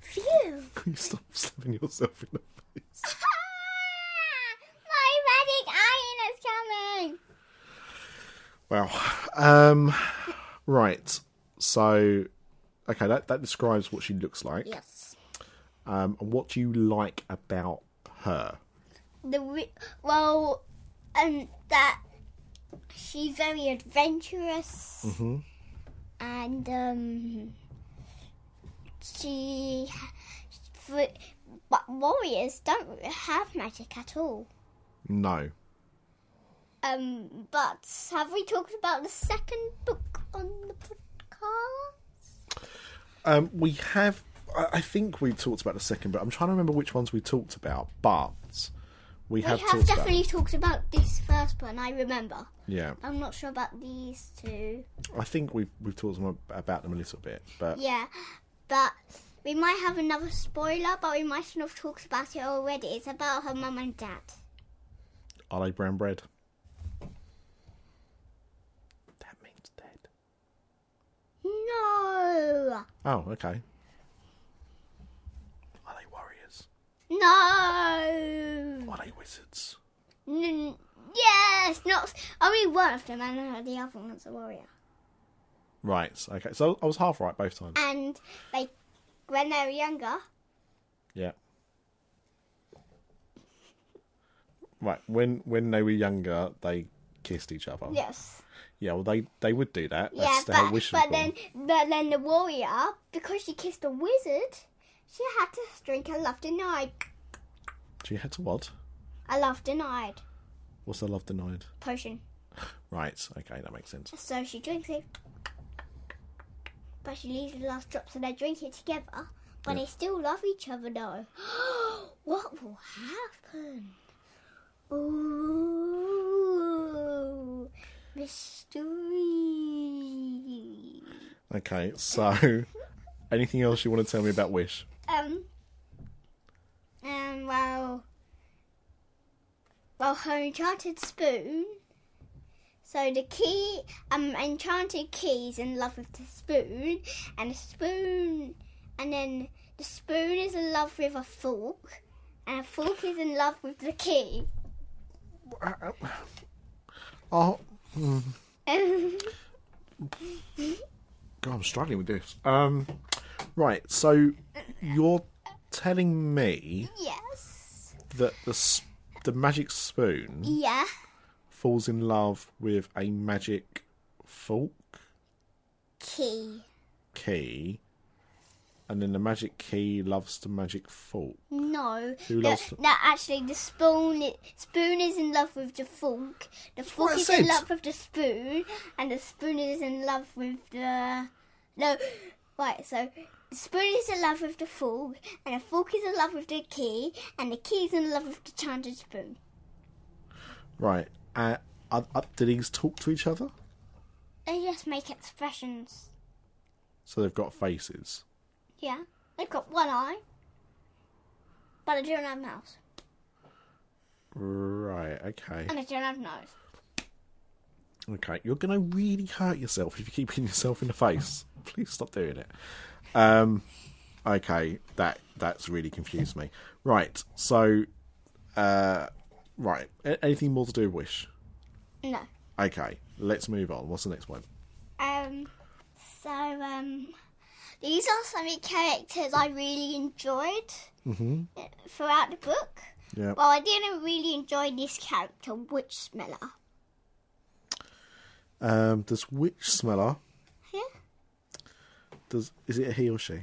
Speaker 1: Phew! [LAUGHS]
Speaker 2: Can [LAUGHS] you stop slapping yourself in the face?
Speaker 1: My magic iron is coming!
Speaker 2: Wow. Um, right. So, okay, that, that describes what she looks like.
Speaker 1: Yes.
Speaker 2: Um, and what do you like about her?
Speaker 1: The re- well, and that she's very adventurous, and um, she, for, but warriors don't have magic at all.
Speaker 2: No.
Speaker 1: Um, but have we talked about the second book on the podcast?
Speaker 2: Um, we have. I, I think we talked about the second, but I'm trying to remember which ones we talked about. But we
Speaker 1: We
Speaker 2: have,
Speaker 1: have
Speaker 2: talked about.
Speaker 1: definitely talked about this first one. I remember.
Speaker 2: Yeah,
Speaker 1: I'm not sure about these two.
Speaker 2: I think we've we've talked some about them a little bit, but
Speaker 1: Yeah, but we might have another spoiler, but we might not have talked about it already. It's about her mum and dad.
Speaker 2: are they brown bread? That means dead.
Speaker 1: No,
Speaker 2: Oh, okay. Are they warriors?
Speaker 1: no,
Speaker 2: Are they wizards?
Speaker 1: N- yes, not oh, only one of them, and the other one's a warrior.
Speaker 2: Right. Okay. So I was half right both times.
Speaker 1: And they, when they were younger,
Speaker 2: Yeah. Right. When when they were younger, they kissed each other.
Speaker 1: yes.
Speaker 2: Yeah. Well, they they would do that.
Speaker 1: Yeah,
Speaker 2: That's how
Speaker 1: but,
Speaker 2: wishes
Speaker 1: but
Speaker 2: were.
Speaker 1: then but then the warrior, because she kissed a wizard, she had to drink a love denied.
Speaker 2: She had to what?
Speaker 1: A love denied
Speaker 2: What's the love denied?
Speaker 1: potion.
Speaker 2: Right. Okay. That makes sense.
Speaker 1: So she drinks it. But she leaves the last drop so they drink it together. But [GASPS] they still love each other though. what will happen? Ooh, mystery.
Speaker 2: Okay, so [LAUGHS] anything else you want to tell me about Wish?
Speaker 1: Um. Um. Well. Well, her enchanted spoon. So the key, um, enchanted keys in love with the spoon, and the spoon, and then the spoon is in love with a fork, and a fork is in love with the key. [LAUGHS]
Speaker 2: Uh, Oh,
Speaker 1: Um,
Speaker 2: God, I'm struggling with this. Um, right, so you're telling me
Speaker 1: yes.
Speaker 2: that the s- the magic spoon
Speaker 1: Yeah.
Speaker 2: falls in love with a magic fork
Speaker 1: Key.
Speaker 2: key, and then the magic key loves the magic fork.
Speaker 1: No.
Speaker 2: Who
Speaker 1: no,
Speaker 2: loves-
Speaker 1: no, actually, the spoon i- spoon is in love with the fork. The
Speaker 2: what
Speaker 1: fork
Speaker 2: I
Speaker 1: is in
Speaker 2: said.
Speaker 1: love with the spoon, and the spoon is in love with the no. Right, so the spoon is in love with the fork, and the fork is in love with the key, and the key is in love with the chanted spoon.
Speaker 2: Right, uh, uh, uh, do these talk to each other?
Speaker 1: They just make expressions.
Speaker 2: So they've got faces.
Speaker 1: Yeah, they've got one eye, but they don't have mouth,
Speaker 2: Right, okay.
Speaker 1: and they don't have nose.
Speaker 2: Okay, you're going to really hurt yourself if you keep hitting yourself in the face. Please stop doing it. Um, okay, that that's really confused me. Right, so, uh, right, a- anything more to do with Wish?
Speaker 1: No.
Speaker 2: Okay, let's move on. What's the next one?
Speaker 1: Um, so um, these are some of the characters I really enjoyed uh, throughout the book.
Speaker 2: Yeah.
Speaker 1: Well, I didn't really enjoy this character, Witch Smeller.
Speaker 2: Um, does Witch Smeller,
Speaker 1: Yeah,
Speaker 2: does, is it a he or she?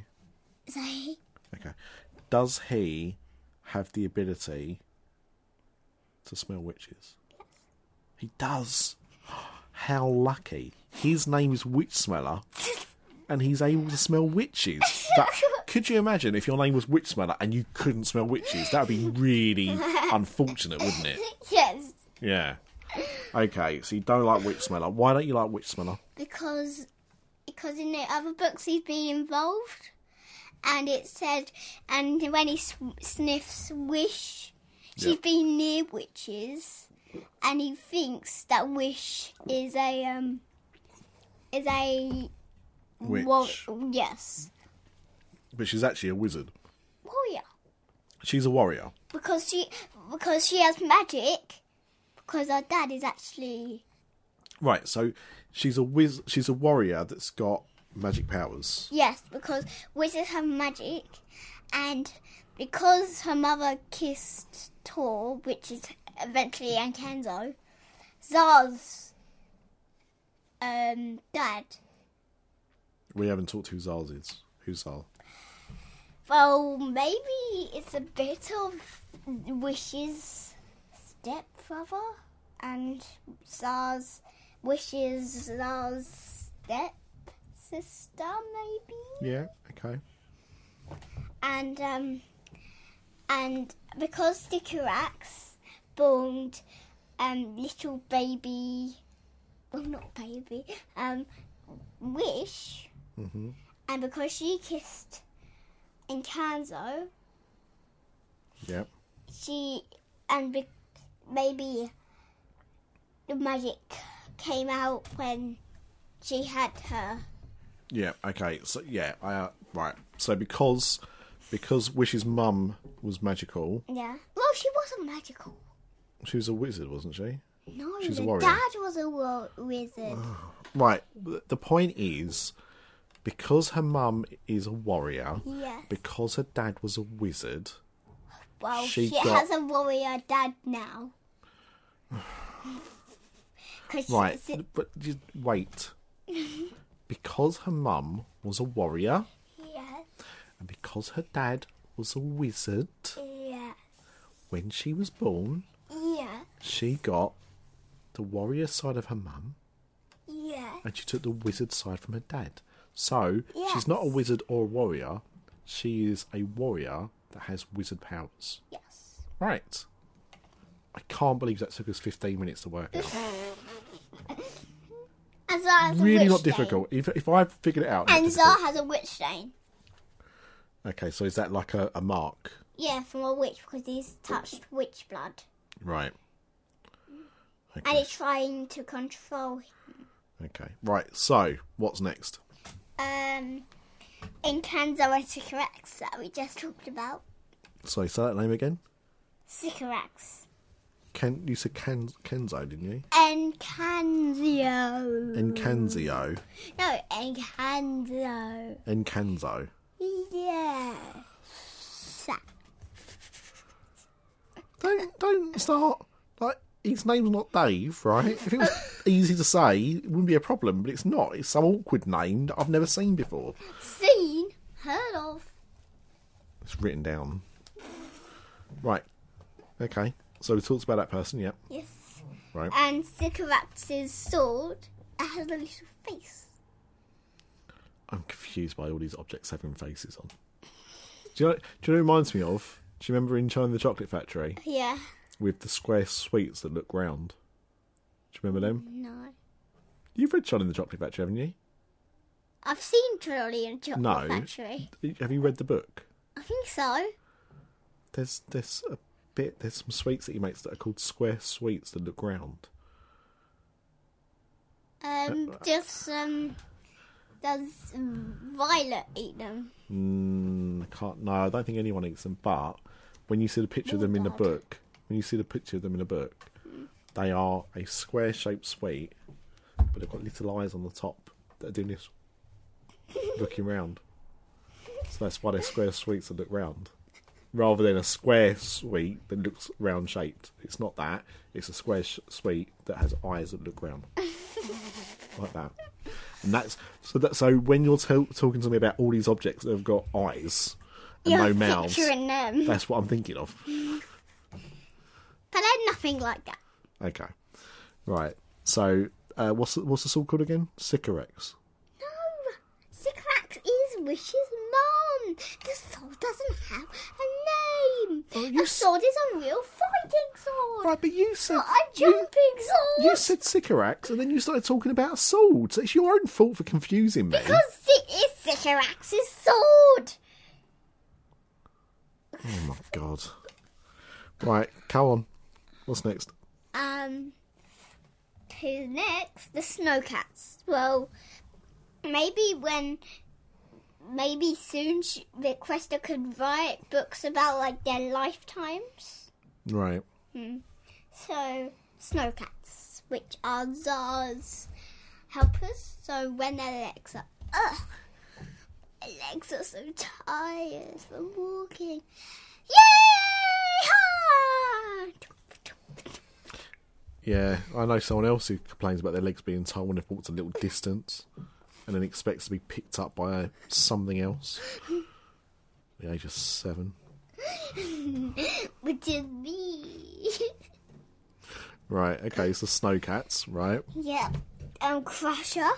Speaker 1: is that he?
Speaker 2: Okay. Does he have the ability to smell witches? He does. [GASPS] How lucky. His name is Witch Smeller and he's able to smell witches. That, could you imagine if your name was Witch Smeller and you couldn't smell witches? That would be really unfortunate, wouldn't it?
Speaker 1: [LAUGHS] yes,
Speaker 2: Yeah. Okay, so you don't like Witch Smeller. Why don't you like Witch Smeller?
Speaker 1: because because in the other books he's been involved, and it said, and when he s sniffs Wish, she's
Speaker 2: Yeah.
Speaker 1: been near witches, and he thinks that Wish is a um is a
Speaker 2: Witch.
Speaker 1: Well, yes.
Speaker 2: But she's actually a wizard.
Speaker 1: Warrior.
Speaker 2: She's a warrior.
Speaker 1: Because she because she has magic. Because her dad is actually
Speaker 2: Right, so she's a wiz- she's a warrior that's got magic powers.
Speaker 1: yes, because wizards have magic and because her mother kissed Tor, which is eventually Ankenzo, Zar's um dad.
Speaker 2: We haven't talked who Zal's is. Who's Zal?
Speaker 1: Well maybe it's a bit of Wish's stepbrother and Zar's Wish's Zar's step sister maybe
Speaker 2: Yeah, okay.
Speaker 1: and um and because the Kurax borned um little baby well not baby um wish and because she kissed Encanzo
Speaker 2: Yeah.
Speaker 1: she and be, maybe the magic came out when she had her
Speaker 2: Yeah, okay. So yeah, I uh, right. So because because Wish's mum was magical,
Speaker 1: yeah well she wasn't magical
Speaker 2: she was a wizard, wasn't she?
Speaker 1: no
Speaker 2: She's a
Speaker 1: the
Speaker 2: warrior.
Speaker 1: dad was a wo- wizard
Speaker 2: Right. th- The point is because her mum is a warrior,
Speaker 1: yeah
Speaker 2: because her dad was a wizard,
Speaker 1: well
Speaker 2: she
Speaker 1: she,
Speaker 2: got-
Speaker 1: has a warrior dad now [SIGHS] 'Cause she-
Speaker 2: Right,
Speaker 1: si-
Speaker 2: but just
Speaker 1: [LAUGHS]
Speaker 2: wait. because her mum was a warrior,
Speaker 1: yeah
Speaker 2: and because her dad was a wizard,
Speaker 1: yeah
Speaker 2: when she was born,
Speaker 1: yeah
Speaker 2: she got the warrior side of her mum,
Speaker 1: yeah
Speaker 2: and she took the wizard side from her dad. So she's
Speaker 1: Yes.
Speaker 2: not a wizard or a warrior; she is a warrior that has wizard powers.
Speaker 1: yes
Speaker 2: Right. I can't believe that took us 15 minutes to work out.
Speaker 1: And Zara has a
Speaker 2: really
Speaker 1: witch
Speaker 2: not
Speaker 1: stain.
Speaker 2: difficult. If, if I figured it out. not
Speaker 1: And
Speaker 2: difficult.
Speaker 1: Zara has a witch stain.
Speaker 2: Okay, so is that like a, a mark?
Speaker 1: Yeah, from a witch because he's touched witch blood.
Speaker 2: Right.
Speaker 1: And
Speaker 2: Okay.
Speaker 1: it's trying to control him.
Speaker 2: okay. Right, so what's next?
Speaker 1: Um, in Kanzara Sycorax that we just talked about.
Speaker 2: So say that name again.
Speaker 1: Sycorax.
Speaker 2: Ken, you said Ken, Kenzo, didn't you?
Speaker 1: And Kanzio.
Speaker 2: Encanzio.
Speaker 1: No, and Kanzo.
Speaker 2: Encanzo.
Speaker 1: Yeah.
Speaker 2: Don't don't start like his name's not Dave, right? If it was easy to say, it wouldn't be a problem, but it's not. It's some awkward name that I've never seen before.
Speaker 1: Seen, heard of.
Speaker 2: It's written down. Right. Okay. So we talked about that person, yeah.
Speaker 1: Yes.
Speaker 2: Right.
Speaker 1: And Sycorax's sword that has a little face.
Speaker 2: I'm confused by all these objects having faces on. Do you know, do you know what it reminds me of? Do you remember in China the Chocolate Factory
Speaker 1: Yeah.
Speaker 2: with the square sweets that look round? Do you remember them?
Speaker 1: No.
Speaker 2: You've read China the Chocolate Factory, haven't you?
Speaker 1: I've seen Trolly and Chocolate
Speaker 2: No.
Speaker 1: Factory.
Speaker 2: Have you read the book?
Speaker 1: I think so.
Speaker 2: There's there's a bit there's some sweets that he makes that are called square sweets that look round.
Speaker 1: Um,
Speaker 2: Uh,
Speaker 1: just um, does Violet eat them?
Speaker 2: Mm, I can't. No, I don't think anyone eats them. But when you see the picture of them in the
Speaker 1: God.
Speaker 2: book, when you see the picture of them in the book, they are a square-shaped sweet, but they've got little eyes on the top that are doing this, looking round. So that's why they're square sweets that look round, rather than a square sweet that looks round-shaped. It's not that. It's a square sh- sweet that has eyes that look round, like that. And that's so that so when you're t- talking to me about all these objects that have got eyes and no
Speaker 1: You're
Speaker 2: mouths,
Speaker 1: picturing them,
Speaker 2: that's what I'm thinking of.
Speaker 1: but they're nothing like that.
Speaker 2: Okay, right. So uh, what's the, what's the sword called again? Sycorax.
Speaker 1: No, Sycorax is Wish's mom. The sword doesn't have a name.
Speaker 2: Oh,
Speaker 1: the sword is a real fighting sword,
Speaker 2: Right, but you said
Speaker 1: not a jumping sword.
Speaker 2: you said Sycorax, and then you started talking about swords. It's your own fault for confusing me.
Speaker 1: Because it is Sycorax's sword.
Speaker 2: [LAUGHS] Oh my god! Right, come on. What's next?
Speaker 1: Um, who's next? The Snowcats. Well, maybe when, maybe soon, she, the Cresta could write books about like their lifetimes.
Speaker 2: Right.
Speaker 1: So, Snowcats, which are Zara's helpers. So when their legs are, ugh, my legs are so tired from walking. Yay! Ha!
Speaker 2: Yeah, I know someone else who complains about their legs being tight when they've walked a little distance and then expects to be picked up by uh, something else. The age of seven.
Speaker 1: Which is me. [LAUGHS]
Speaker 2: Right, okay, so snow cats, right?
Speaker 1: Yeah. Um, Crusher,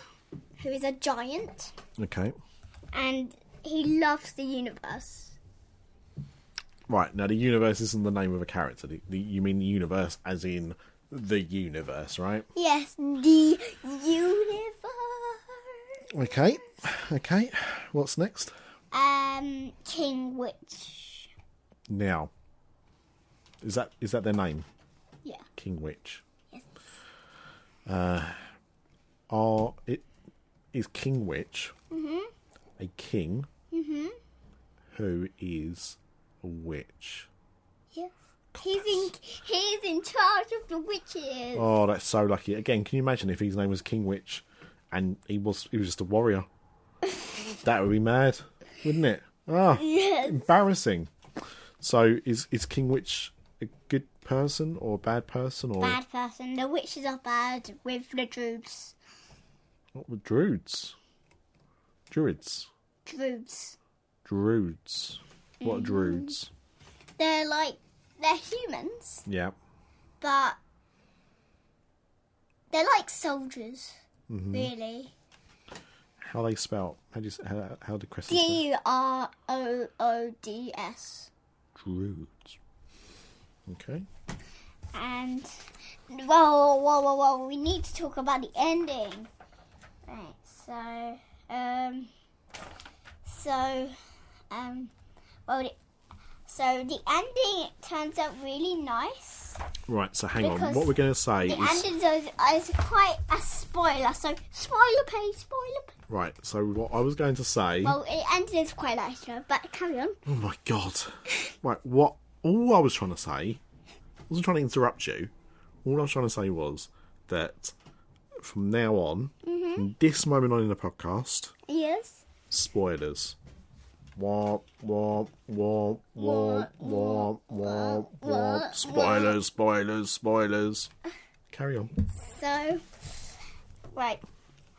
Speaker 1: who is a giant,
Speaker 2: Okay.
Speaker 1: and he loves the universe.
Speaker 2: Right, now the universe isn't the name of a character. The, the, you mean the universe as in the universe, right?
Speaker 1: Yes, the universe.
Speaker 2: Okay, okay. What's next?
Speaker 1: Um, King Witch.
Speaker 2: Now. Is that is that their name?
Speaker 1: Yeah.
Speaker 2: King Witch.
Speaker 1: Yes.
Speaker 2: Uh, are it is King Witch a king who is a witch?
Speaker 1: Yes. He's in. He's in charge of the witches.
Speaker 2: Oh, that's so lucky. Again, can you imagine if his name was King Witch and he was he was just a warrior?
Speaker 1: [LAUGHS]
Speaker 2: that would be mad, wouldn't it? Ah,
Speaker 1: Yes.
Speaker 2: embarrassing. So is is King Witch a good person or a bad person or
Speaker 1: Bad person. The witches are bad with the druids.
Speaker 2: what were druids? Druids.
Speaker 1: Druids.
Speaker 2: Druids. What are
Speaker 1: Mm-hmm.
Speaker 2: druids?
Speaker 1: They're like they're humans,
Speaker 2: Yeah.
Speaker 1: but they're like soldiers, really.
Speaker 2: How they spell? How do you, s- how, how do Crescent spell?
Speaker 1: D R O O D S.
Speaker 2: Druids. Okay.
Speaker 1: And whoa, whoa, whoa, whoa! We need to talk about the ending. Right. So, um, so, um, well, the, so the ending it turns out really nice.
Speaker 2: Right, so hang on.
Speaker 1: Because
Speaker 2: What we're going to say
Speaker 1: The
Speaker 2: is
Speaker 1: ending is, is quite a spoiler. So spoiler page, spoiler. Page.
Speaker 2: right. So what I was going to say.
Speaker 1: Well, it ended is quite nice, though, but carry on.
Speaker 2: oh my god. Right. What? All I was trying to say. I wasn't trying to interrupt you. All I was trying to say was that from now on, from this moment on in the podcast,
Speaker 1: Yes.
Speaker 2: spoilers. Womp womp womp womp womp womp womp. Spoilers, spoilers, spoilers. Carry on.
Speaker 1: So, right.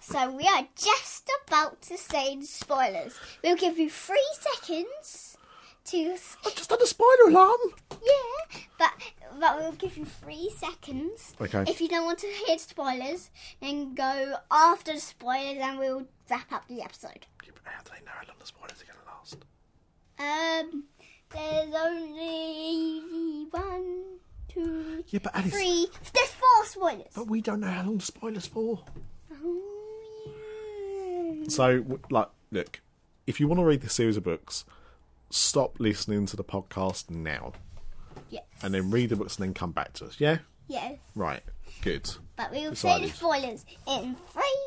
Speaker 1: So we are just about to say the spoilers. We'll give you three seconds to. s-
Speaker 2: Just had a spoiler alarm.
Speaker 1: Yeah, but but we'll give you three seconds.
Speaker 2: Okay.
Speaker 1: If you don't want to hear spoilers, then go after the spoilers, and we'll wrap up the episode.
Speaker 2: Yeah, but How do they know how long the spoilers are going to last?
Speaker 1: Um, there's only one, two,
Speaker 2: Yeah, but Alice.
Speaker 1: three. There's four spoilers.
Speaker 2: But we don't know how long the spoilers for.
Speaker 1: Oh, yeah.
Speaker 2: So, w- like, look, if you want to read this series of books, stop listening to the podcast now,
Speaker 1: Yes.
Speaker 2: and then read the books and then come back to us. Yeah,
Speaker 1: Yes.
Speaker 2: right, good.
Speaker 1: But we will say the
Speaker 2: Decided.
Speaker 1: spoilers in three,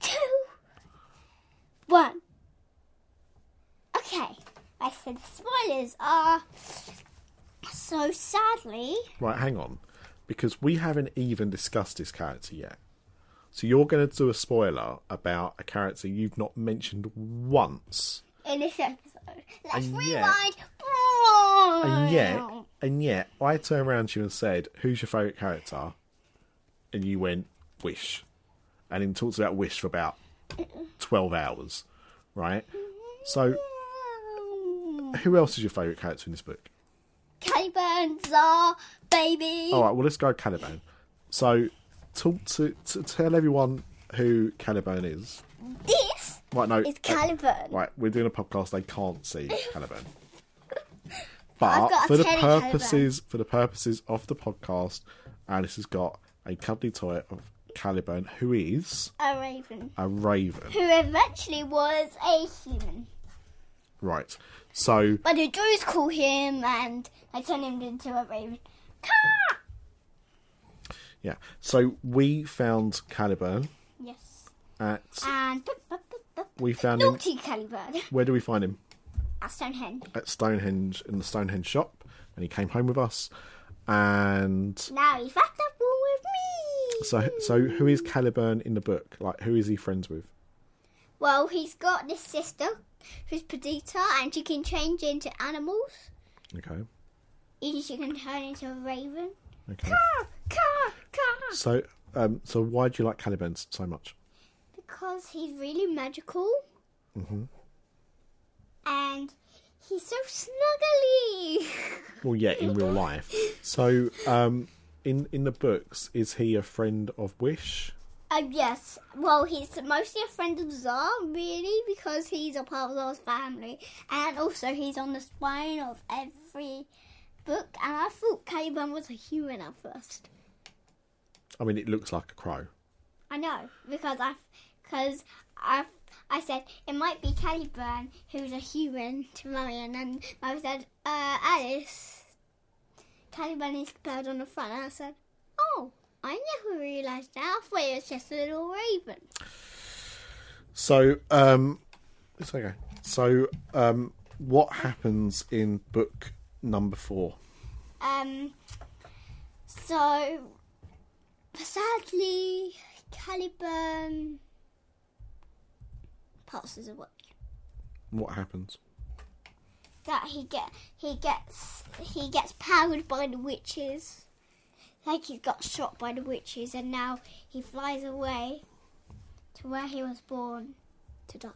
Speaker 1: two, one. Okay. I said the spoilers are. So sadly,
Speaker 2: Right, hang on, because we haven't even discussed this character yet. So you're going to do a spoiler about a character you've not mentioned once,
Speaker 1: in this episode, let's
Speaker 2: And yet-
Speaker 1: rewind.
Speaker 2: and yet, and yet, I turned around to you and said, "Who's your favourite character?" And you went, "Wish," and then talked about Wish for about twelve hours, right? So, who else is your favourite character in this book?
Speaker 1: Caliban, Czar, baby.
Speaker 2: All right, well, let's go Caliban. So, talk to, to tell everyone who Caliban is.
Speaker 1: This
Speaker 2: Right, no,
Speaker 1: is
Speaker 2: uh,
Speaker 1: Caliban.
Speaker 2: Right, we're doing a podcast. They can't see Caliban.
Speaker 1: [LAUGHS] I've
Speaker 2: But
Speaker 1: got a
Speaker 2: for the
Speaker 1: teddy Caliban.
Speaker 2: purposes for the purposes of the podcast, Alice has got a cuddly toy of Caliban, who is
Speaker 1: A raven
Speaker 2: a raven.
Speaker 1: who eventually was a human.
Speaker 2: Right. So
Speaker 1: But the Jews call him and they turn him into a raven. Caw!
Speaker 2: yeah. So we found Caliban
Speaker 1: Yes.
Speaker 2: at
Speaker 1: And bu- bu- bu- bu-
Speaker 2: we found him
Speaker 1: naughty [LAUGHS] Caliban
Speaker 2: where do we find him?
Speaker 1: at Stonehenge.
Speaker 2: At Stonehenge in the Stonehenge shop and he came home with us. And
Speaker 1: Now he's wrapped up all with me.
Speaker 2: so so who is Caliban in the book? Like who is he friends with?
Speaker 1: Well, he's got this sister who's Perdita and she can change into animals.
Speaker 2: Okay.
Speaker 1: Either she can turn into a raven.
Speaker 2: Okay.
Speaker 1: Caw, caw, caw.
Speaker 2: So, um, so why do you like Caliban s- so much?
Speaker 1: Because he's really magical. Mm-hmm. And he's so snuggly. [LAUGHS]
Speaker 2: Well, yeah, in real life. So, um, in in the books, is he a friend of Wish?
Speaker 1: Uh, yes. Well, he's mostly a friend of Zar, really, because he's a part of Zar's family. And also, he's on the spine of every book. And I thought Caliban was a human at first.
Speaker 2: I mean, it looks like a crow.
Speaker 1: I know, because I, because I, I said it might be Caliban who's a human to Marion, and I said, uh, Alice, Caliban is spelled on the front, and I said, oh, I never realised that. I thought it was just a little raven.
Speaker 2: So, um, it's okay. So, um, what happens in book number four?
Speaker 1: Um, so sadly, Caliban passes away.
Speaker 2: What happens?
Speaker 1: That he get he gets he gets powered by the witches. Like he got shot by the witches, and now he flies away to where he was born to die.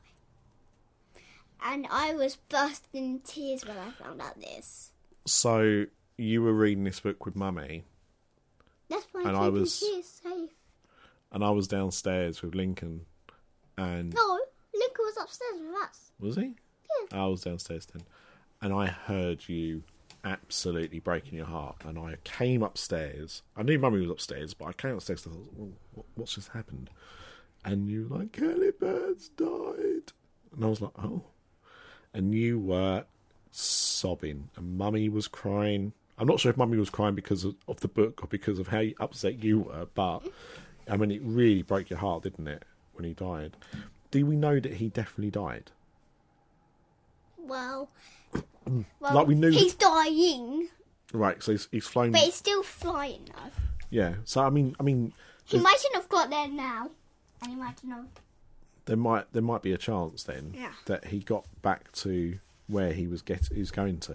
Speaker 1: And I was bursting in tears when I found out this.
Speaker 2: So, you were reading this book with Mummy,
Speaker 1: That's why
Speaker 2: And
Speaker 1: I'm
Speaker 2: I
Speaker 1: keeping
Speaker 2: was-
Speaker 1: tears safe.
Speaker 2: and I was downstairs with Lincoln,
Speaker 1: [GASPS]
Speaker 2: and
Speaker 1: No, Lincoln was upstairs with us.
Speaker 2: was he?
Speaker 1: Yeah.
Speaker 2: I was downstairs then, and I heard you absolutely breaking your heart. And I came upstairs. I knew Mummy was upstairs, but I came upstairs and thought, well, wh- what's just happened? And you were like, Kelly Bird's died. And I was like, oh. And you were sobbing. And Mummy was crying. I'm not sure if Mummy was crying because of, of the book or because of how upset you were, but I mean, it really broke your heart, didn't it, when he died? Do we know that he definitely died?
Speaker 1: Well, well
Speaker 2: Mm. Like we knew-
Speaker 1: he's dying,
Speaker 2: Right, so he's, he's flown.
Speaker 1: but he's still flying though.
Speaker 2: Yeah, so I mean, I mean,
Speaker 1: He mightn't have got there now, and he mightn't have.
Speaker 2: there might there might be a chance then
Speaker 1: Yeah.
Speaker 2: that he got back to where he was get he was going to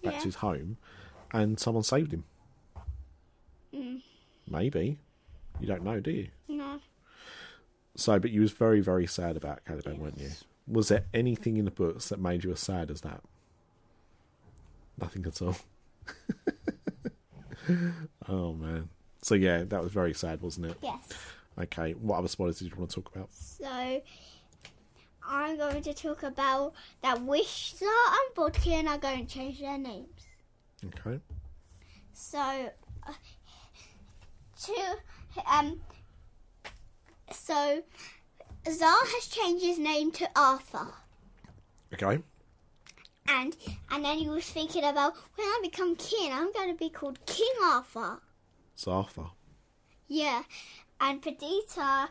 Speaker 2: back
Speaker 1: Yeah.
Speaker 2: to his home, and someone saved him. Maybe you don't know, do you?
Speaker 1: Mm. No,
Speaker 2: So, but you was very very sad about Caliban, weren't you? Was there anything in the books that made you as sad as that? Nothing at all. [LAUGHS] oh man. So yeah, that was very sad, wasn't it?
Speaker 1: yes.
Speaker 2: Okay. What other spoilers did you want to talk about?
Speaker 1: So I'm going to talk about that Wish Star and Bodkin are going to change their names.
Speaker 2: Okay.
Speaker 1: So, uh, two, um, so Zar has changed his name to Arthur,
Speaker 2: Okay.
Speaker 1: and and then he was thinking about when I become king, I'm going to be called King Arthur.
Speaker 2: It's Arthur.
Speaker 1: Yeah, and Perdita,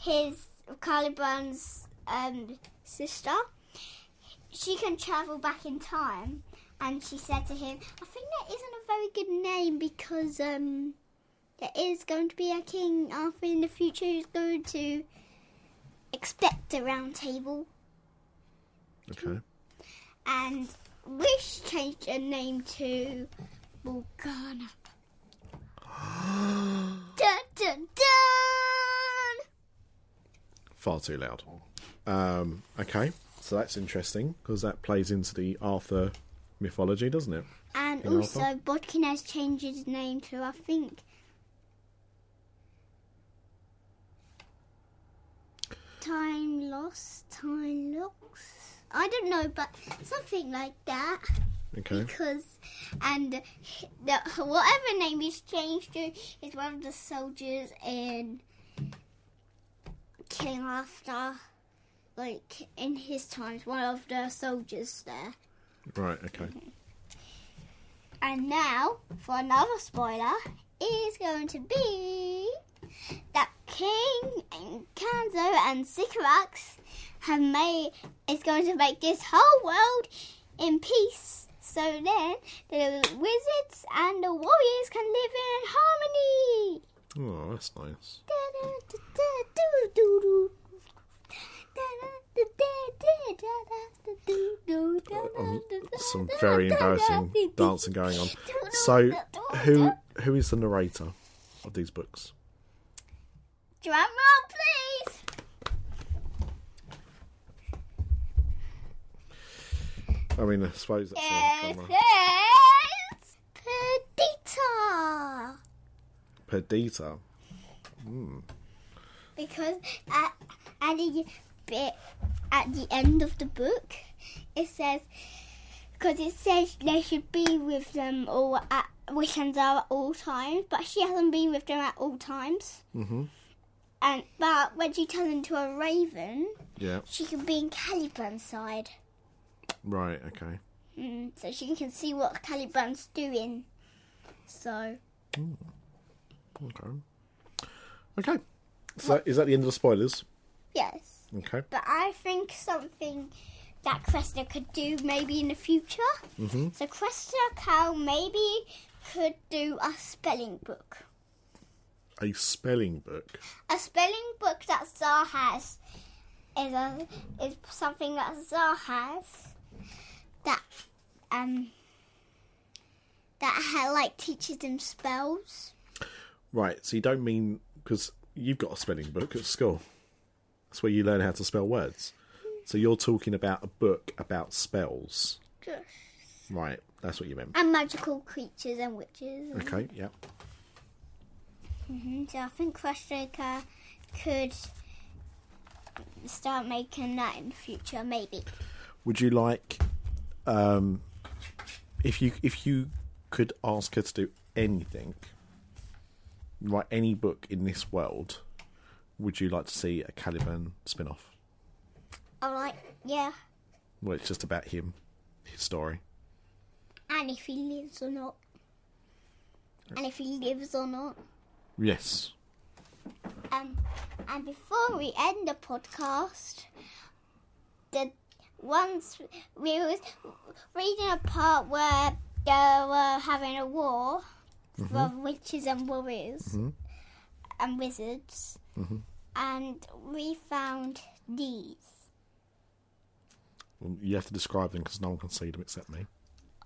Speaker 1: his Caliban's um, sister, she can travel back in time. And she said to him, "I think that isn't a very good name because um, there is going to be a king Arthur in the future who's going to expect a round table."
Speaker 2: Okay.
Speaker 1: And Wish changed her name to Morgana. [GASPS] dun dun dun!
Speaker 2: Far too loud. Um, okay. So that's interesting because that plays into the Arthur mythology, doesn't it?
Speaker 1: And
Speaker 2: King
Speaker 1: also,
Speaker 2: Arthur?
Speaker 1: Bodkin has changed his name to, I think, Time Lost, Time Locks. I don't know, but something like that.
Speaker 2: Okay.
Speaker 1: Because, and the, whatever name he's changed to is one of the soldiers in King Arthur. Like, in his times, one of the soldiers there.
Speaker 2: Right. Okay.
Speaker 1: And now, for another spoiler, is going to be that King and Kanzo and Sycorax have made is going to make this whole world in peace. So then, the wizards and the warriors can live in harmony.
Speaker 2: Oh, that's nice.
Speaker 1: Da-da-da-da-doo-doo-doo. Da-da-da-da-da-da-da-doo-doo.
Speaker 2: Um,
Speaker 1: Da-da-da-da-da-da-da-da-da.
Speaker 2: some very embarrassing dancing going on. So, who who is the narrator of these books?
Speaker 1: Drum roll, please.
Speaker 2: I mean, I suppose that's a
Speaker 1: It
Speaker 2: drama.
Speaker 1: is Perdita.
Speaker 2: Perdita.
Speaker 1: Because at, at the bit at the end of the book, it says because it says they should be with them all at with and Zara at all times, but she hasn't been with them at all times.
Speaker 2: Mhm.
Speaker 1: And but when she turns into a raven,
Speaker 2: Yeah.
Speaker 1: she can be in Caliban's side.
Speaker 2: Right. Okay.
Speaker 1: Mm, so she can see what Caliban's doing. So,
Speaker 2: Okay. Okay. So, is that the end of the spoilers?
Speaker 1: yes.
Speaker 2: Okay.
Speaker 1: But I think something that Cresta could do maybe in the future.
Speaker 2: Mhm.
Speaker 1: So, Cresta Cow maybe could do a spelling book.
Speaker 2: A spelling book.
Speaker 1: A spelling book that Zar has is, a, is something that Zar has that, um, that ha- like teaches him spells.
Speaker 2: Right, so you don't mean because you've got a spelling book at school. That's where you learn how to spell words. So you're talking about a book about spells. Right, that's what you meant.
Speaker 1: and magical creatures and witches.
Speaker 2: Okay, yeah.
Speaker 1: Mhm, So I think Crustroka could start making that in the future, maybe.
Speaker 2: Would you like um if you if you could ask her to do anything, write any book in this world, would you like to see a Caliban spin-off?
Speaker 1: All right, yeah.
Speaker 2: Well, it's just about him, his story.
Speaker 1: And if he lives or not. And if he lives or not.
Speaker 2: Yes.
Speaker 1: Um, and before we end the podcast, the once we was reading a part where they were having a war for witches and warriors and wizards, and we found these.
Speaker 2: Well, You have to describe them because no one can see them except me.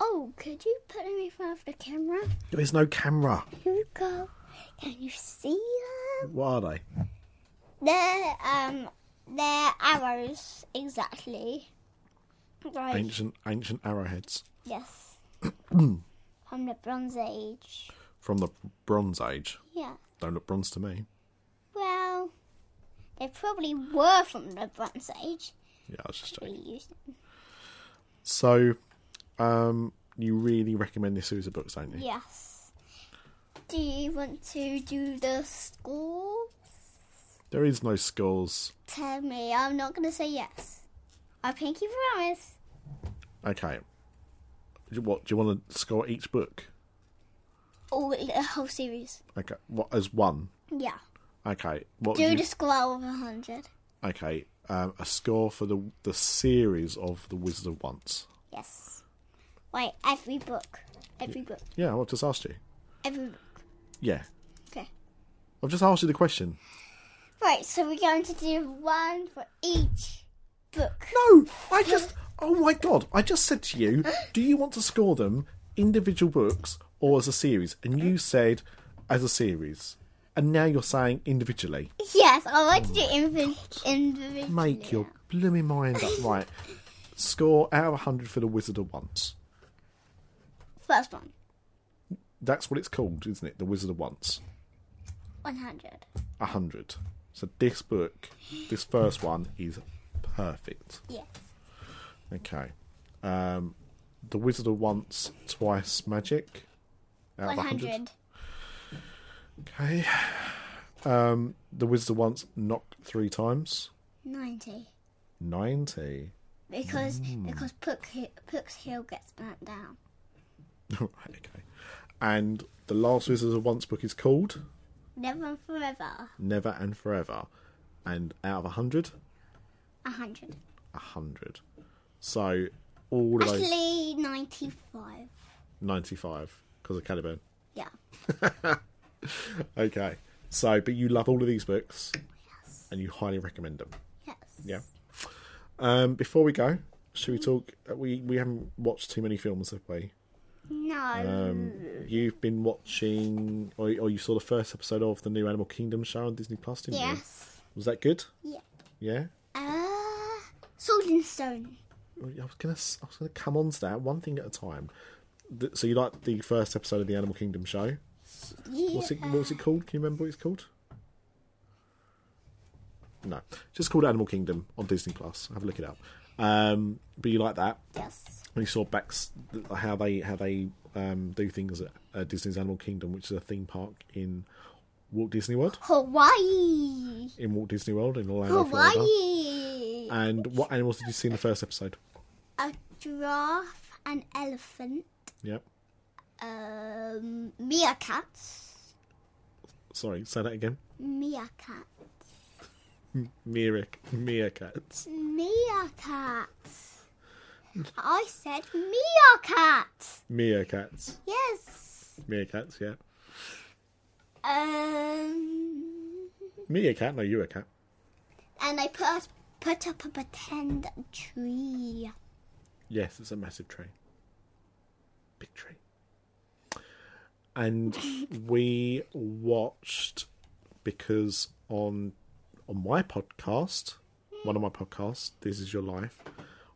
Speaker 1: Oh, could you put them in front of the camera?
Speaker 2: There is no camera.
Speaker 1: Here we go. Can you see them?
Speaker 2: What are they?
Speaker 1: They're um, they're arrows exactly. Like,
Speaker 2: Ancient ancient arrowheads
Speaker 1: Yes. From the Bronze Age.
Speaker 2: from the Bronze Age.
Speaker 1: Yeah.
Speaker 2: Don't look bronze to me.
Speaker 1: Well, they probably were from the Bronze Age.
Speaker 2: Yeah, I was just
Speaker 1: We
Speaker 2: joking.
Speaker 1: used them.
Speaker 2: So, um, you really recommend this series of books, don't you?
Speaker 1: Yes. Do you want to do the school?
Speaker 2: There is no skulls.
Speaker 1: Tell me. I'm not going to say yes. I pinky promise.
Speaker 2: Okay. Do you- What do you want to score each book?
Speaker 1: All the Oh, whole series.
Speaker 2: Okay, what as one?
Speaker 1: Yeah.
Speaker 2: Okay, what?
Speaker 1: Do
Speaker 2: would
Speaker 1: the
Speaker 2: you,
Speaker 1: score out of 100.
Speaker 2: okay, um, a score for the the series of the Wizard of Once.
Speaker 1: Yes. Wait, every book. Every book.
Speaker 2: Yeah, I've just asked you.
Speaker 1: Every book.
Speaker 2: Yeah,
Speaker 1: Okay.
Speaker 2: I've just asked you the question.
Speaker 1: Right, so we're going to do one for each book.
Speaker 2: No, I just. Oh my god! I just said to you, do you want to score them individual books or as a series? And you said as a series, and now you're saying individually.
Speaker 1: Yes, I like to do
Speaker 2: Oh
Speaker 1: invi- individual.
Speaker 2: Make your blooming mind up. Right, score out of hundred for the Wizard of Once.
Speaker 1: First one,
Speaker 2: That's what it's called, isn't it? The Wizard of Once.
Speaker 1: 100.
Speaker 2: A hundred. So this book, this first one, is perfect.
Speaker 1: Yes.
Speaker 2: Okay. Um, the Wizard of Once, Twice Magic. Out of
Speaker 1: 100.
Speaker 2: Okay. Um, the Wizard of Once, Knock Three Times.
Speaker 1: 90.
Speaker 2: Ninety. [LAUGHS]
Speaker 1: Because
Speaker 2: Mm.
Speaker 1: because Pook Hill, Pook's Hill gets burnt down.
Speaker 2: right. Okay. And the last Wizard of Once book is called
Speaker 1: Never and forever.
Speaker 2: Never and Forever. And out of a hundred,
Speaker 1: 100.
Speaker 2: a hundred. So all of those
Speaker 1: Actually, 95.
Speaker 2: ninety-five because of Caliban.
Speaker 1: Yeah.
Speaker 2: Okay. So, but you love all of these books, and you highly recommend them.
Speaker 1: Yes.
Speaker 2: Yeah. Um, before we go, should we talk? uh, We we haven't watched too many films, have we?
Speaker 1: No.
Speaker 2: Um, you've been watching, or, or you saw the first episode of the new Animal Kingdom show on Disney Plus, didn't you?
Speaker 1: yes.
Speaker 2: Was that good?
Speaker 1: Yeah.
Speaker 2: Yeah.
Speaker 1: Uh, Sword and Stone.
Speaker 2: Well, I was gonna s- I was gonna come on to that one thing at a time. Th so you liked the first episode of the Animal Kingdom show?
Speaker 1: Yeah.
Speaker 2: What's it? What was it called? Can you remember what it's called? No, just called Animal Kingdom on Disney Plus. Have a look it up. Um, but you like that?
Speaker 1: Yes.
Speaker 2: We saw back s- how they how they um, do things at uh, Disney's Animal Kingdom, which is a theme park in Walt Disney World,
Speaker 1: Hawaii.
Speaker 2: in Walt Disney World in Orlando,
Speaker 1: Oh,
Speaker 2: Florida.
Speaker 1: Hawaii.
Speaker 2: And what animals did you see in the first episode?
Speaker 1: a giraffe, an elephant,
Speaker 2: Yep.
Speaker 1: um, meerkats,
Speaker 2: Sorry, say that again.
Speaker 1: meerkat,
Speaker 2: Meerkat, meerkats.
Speaker 1: meerkats. I said meerkat.
Speaker 2: Meerkats.
Speaker 1: Yes.
Speaker 2: Meerkats, yeah.
Speaker 1: Um,
Speaker 2: Me a cat, no, you a cat.
Speaker 1: and I put us- put up a pretend tree.
Speaker 2: Yes, it's a massive tree. Big tree. And we watched because on on my podcast, one of my podcasts, This Is Your Life,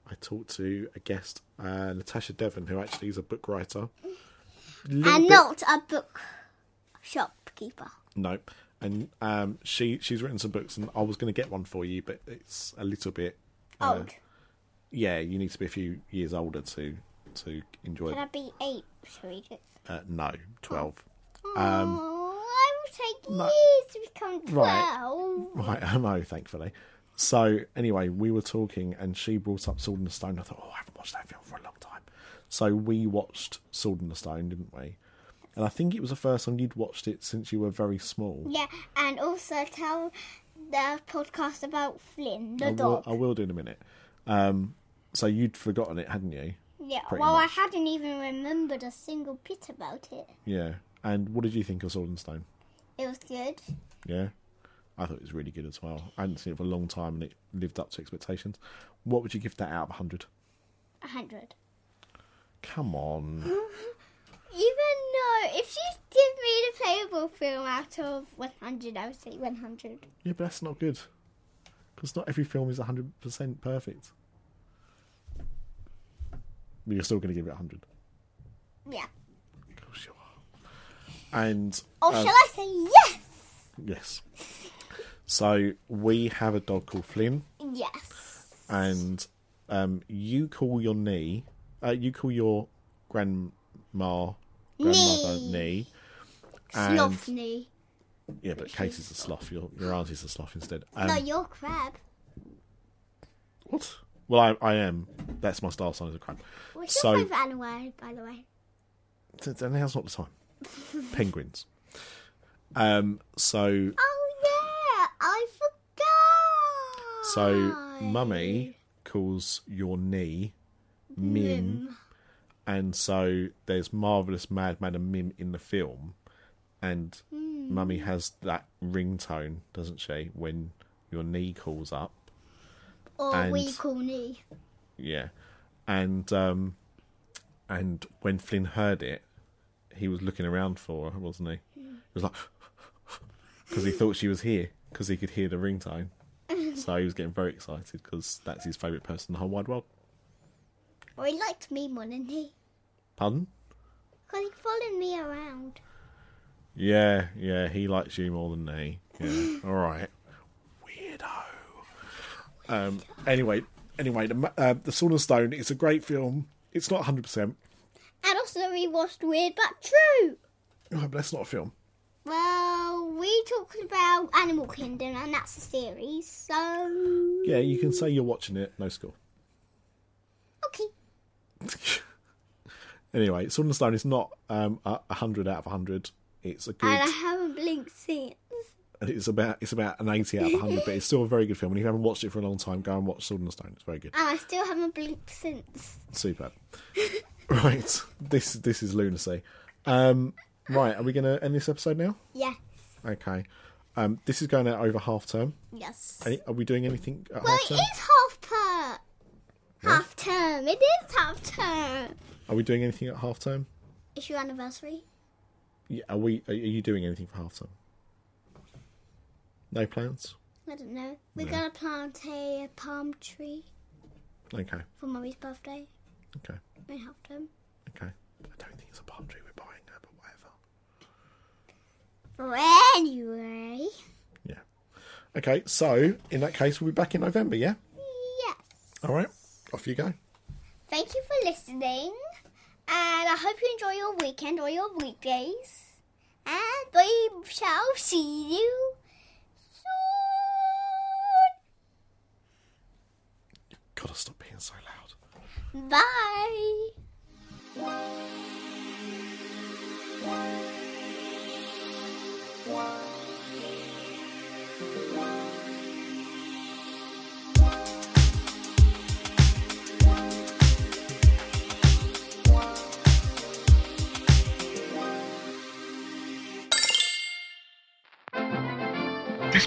Speaker 2: I talked to a guest, uh, Natasha Devon, who actually is a book writer. Little
Speaker 1: and
Speaker 2: bit-
Speaker 1: not a book shopkeeper.
Speaker 2: No. And um, she she's written some books, and I was going to get one for you, but it's a little bit
Speaker 1: Old.
Speaker 2: yeah, you need to be a few years older to to enjoy.
Speaker 1: Can I be eight to read it?
Speaker 2: Uh, no, twelve.
Speaker 1: oh, I will take years to become
Speaker 2: Um, Right.
Speaker 1: twelve.
Speaker 2: Right, [LAUGHS] I know, thankfully. So anyway, we were talking, and she brought up Sword in the Stone. I thought, oh, I haven't watched that film for a long time. So we watched Sword in the Stone, didn't we? And I think it was the first time you'd watched it since you were very small.
Speaker 1: Yeah, and also tell the podcast about Flynn the
Speaker 2: I will,
Speaker 1: dog.
Speaker 2: I will do in a minute. Um, so you'd forgotten it, hadn't you?
Speaker 1: yeah,
Speaker 2: pretty
Speaker 1: well,
Speaker 2: much.
Speaker 1: I hadn't even remembered a single bit about it.
Speaker 2: Yeah. And what did you think of Sword in the Stone?
Speaker 1: It was good.
Speaker 2: Yeah. I thought it was really good as well. I hadn't seen it for a long time, and it lived up to expectations. What would you give that out of hundred?
Speaker 1: A hundred.
Speaker 2: Come on.
Speaker 1: Even though if you give me the playable film out of one hundred, I would say one hundred.
Speaker 2: Yeah, but that's not good. Because not every film is 100% perfect. But you're still going to give it 100.
Speaker 1: Yeah.
Speaker 2: Of course you are. And,
Speaker 1: Or shall I say yes?
Speaker 2: yes. So, we have a dog called Flynn,
Speaker 1: Yes.
Speaker 2: and um, you call your knee, uh, you call your grandma, grandmother
Speaker 1: Knee.
Speaker 2: knee. And,
Speaker 1: Slothny.
Speaker 2: Yeah, but Katie's a sloth. Your, your auntie's a sloth instead. Um,
Speaker 1: no, you're crab.
Speaker 2: What? Well, I, I am. That's my star sign as a crab.
Speaker 1: What's
Speaker 2: so,
Speaker 1: your favourite animal, by the way?
Speaker 2: And now's not the time. [LAUGHS] Penguins. Um. So
Speaker 1: Oh yeah, I forgot.
Speaker 2: so mummy calls your knee Mim, and so there's marvelous madman and Mim in the film, and mummy has that ringtone, doesn't she? When your knee calls up,
Speaker 1: or we
Speaker 2: and-
Speaker 1: call me.
Speaker 2: yeah, and um, and when Flynn heard it, he was looking around for her, wasn't he? He was like, [LAUGHS] because he thought she was here, because he could hear the ringtone. so he was getting very excited because that's his favourite person in the whole wide world.
Speaker 1: Or he liked me more than he,
Speaker 2: Pardon?
Speaker 1: because he followed me around.
Speaker 2: Yeah, yeah, he likes you more than me. Yeah, all right, weirdo. Um. Anyway, anyway, the Ma- uh, the Sword and Stone. It's a great film. It's not hundred percent.
Speaker 1: And also we watched Weird But True.
Speaker 2: Oh, That's not a film.
Speaker 1: Well, we talked about Animal Kingdom, and that's a series. So
Speaker 2: Yeah, you can say you're watching it. No score.
Speaker 1: okay,
Speaker 2: [LAUGHS] anyway, Sword and Stone is not um, a a hundred out of a hundred. It's a good.
Speaker 1: and I haven't blinked since.
Speaker 2: It's about it's about an eighty out of a hundred, but it's still a very good film. And if you haven't watched it for a long time, go and watch Sword and Stone. It's very good.
Speaker 1: And I still haven't blinked since. [LAUGHS]
Speaker 2: Superb. right, this this is lunacy. Um, right, are we going to end this episode now?
Speaker 1: Yeah.
Speaker 2: Okay. Um, this is going out over half term.
Speaker 1: Yes.
Speaker 2: Any- Are we doing anything at
Speaker 1: Well,
Speaker 2: half
Speaker 1: it
Speaker 2: term?
Speaker 1: is half term. Half term. It is half term.
Speaker 2: Are we doing anything at half term?
Speaker 1: It's your anniversary.
Speaker 2: Yeah, are we? Are you doing anything for half term? No plans.
Speaker 1: I don't know. We're gonna plant a palm tree
Speaker 2: Okay.
Speaker 1: for Mummy's birthday
Speaker 2: Okay.
Speaker 1: in half term.
Speaker 2: Okay. I don't think it's a palm tree we're buying her, but whatever.
Speaker 1: For anyway.
Speaker 2: Yeah. Okay, so in that case, we'll be back in November, yeah?
Speaker 1: Yes.
Speaker 2: All right. Off you go.
Speaker 1: Thank you for listening. And I hope you enjoy your weekend or your weekdays. And we shall see you soon.
Speaker 2: Gotta stop being so loud.
Speaker 1: Bye.
Speaker 3: This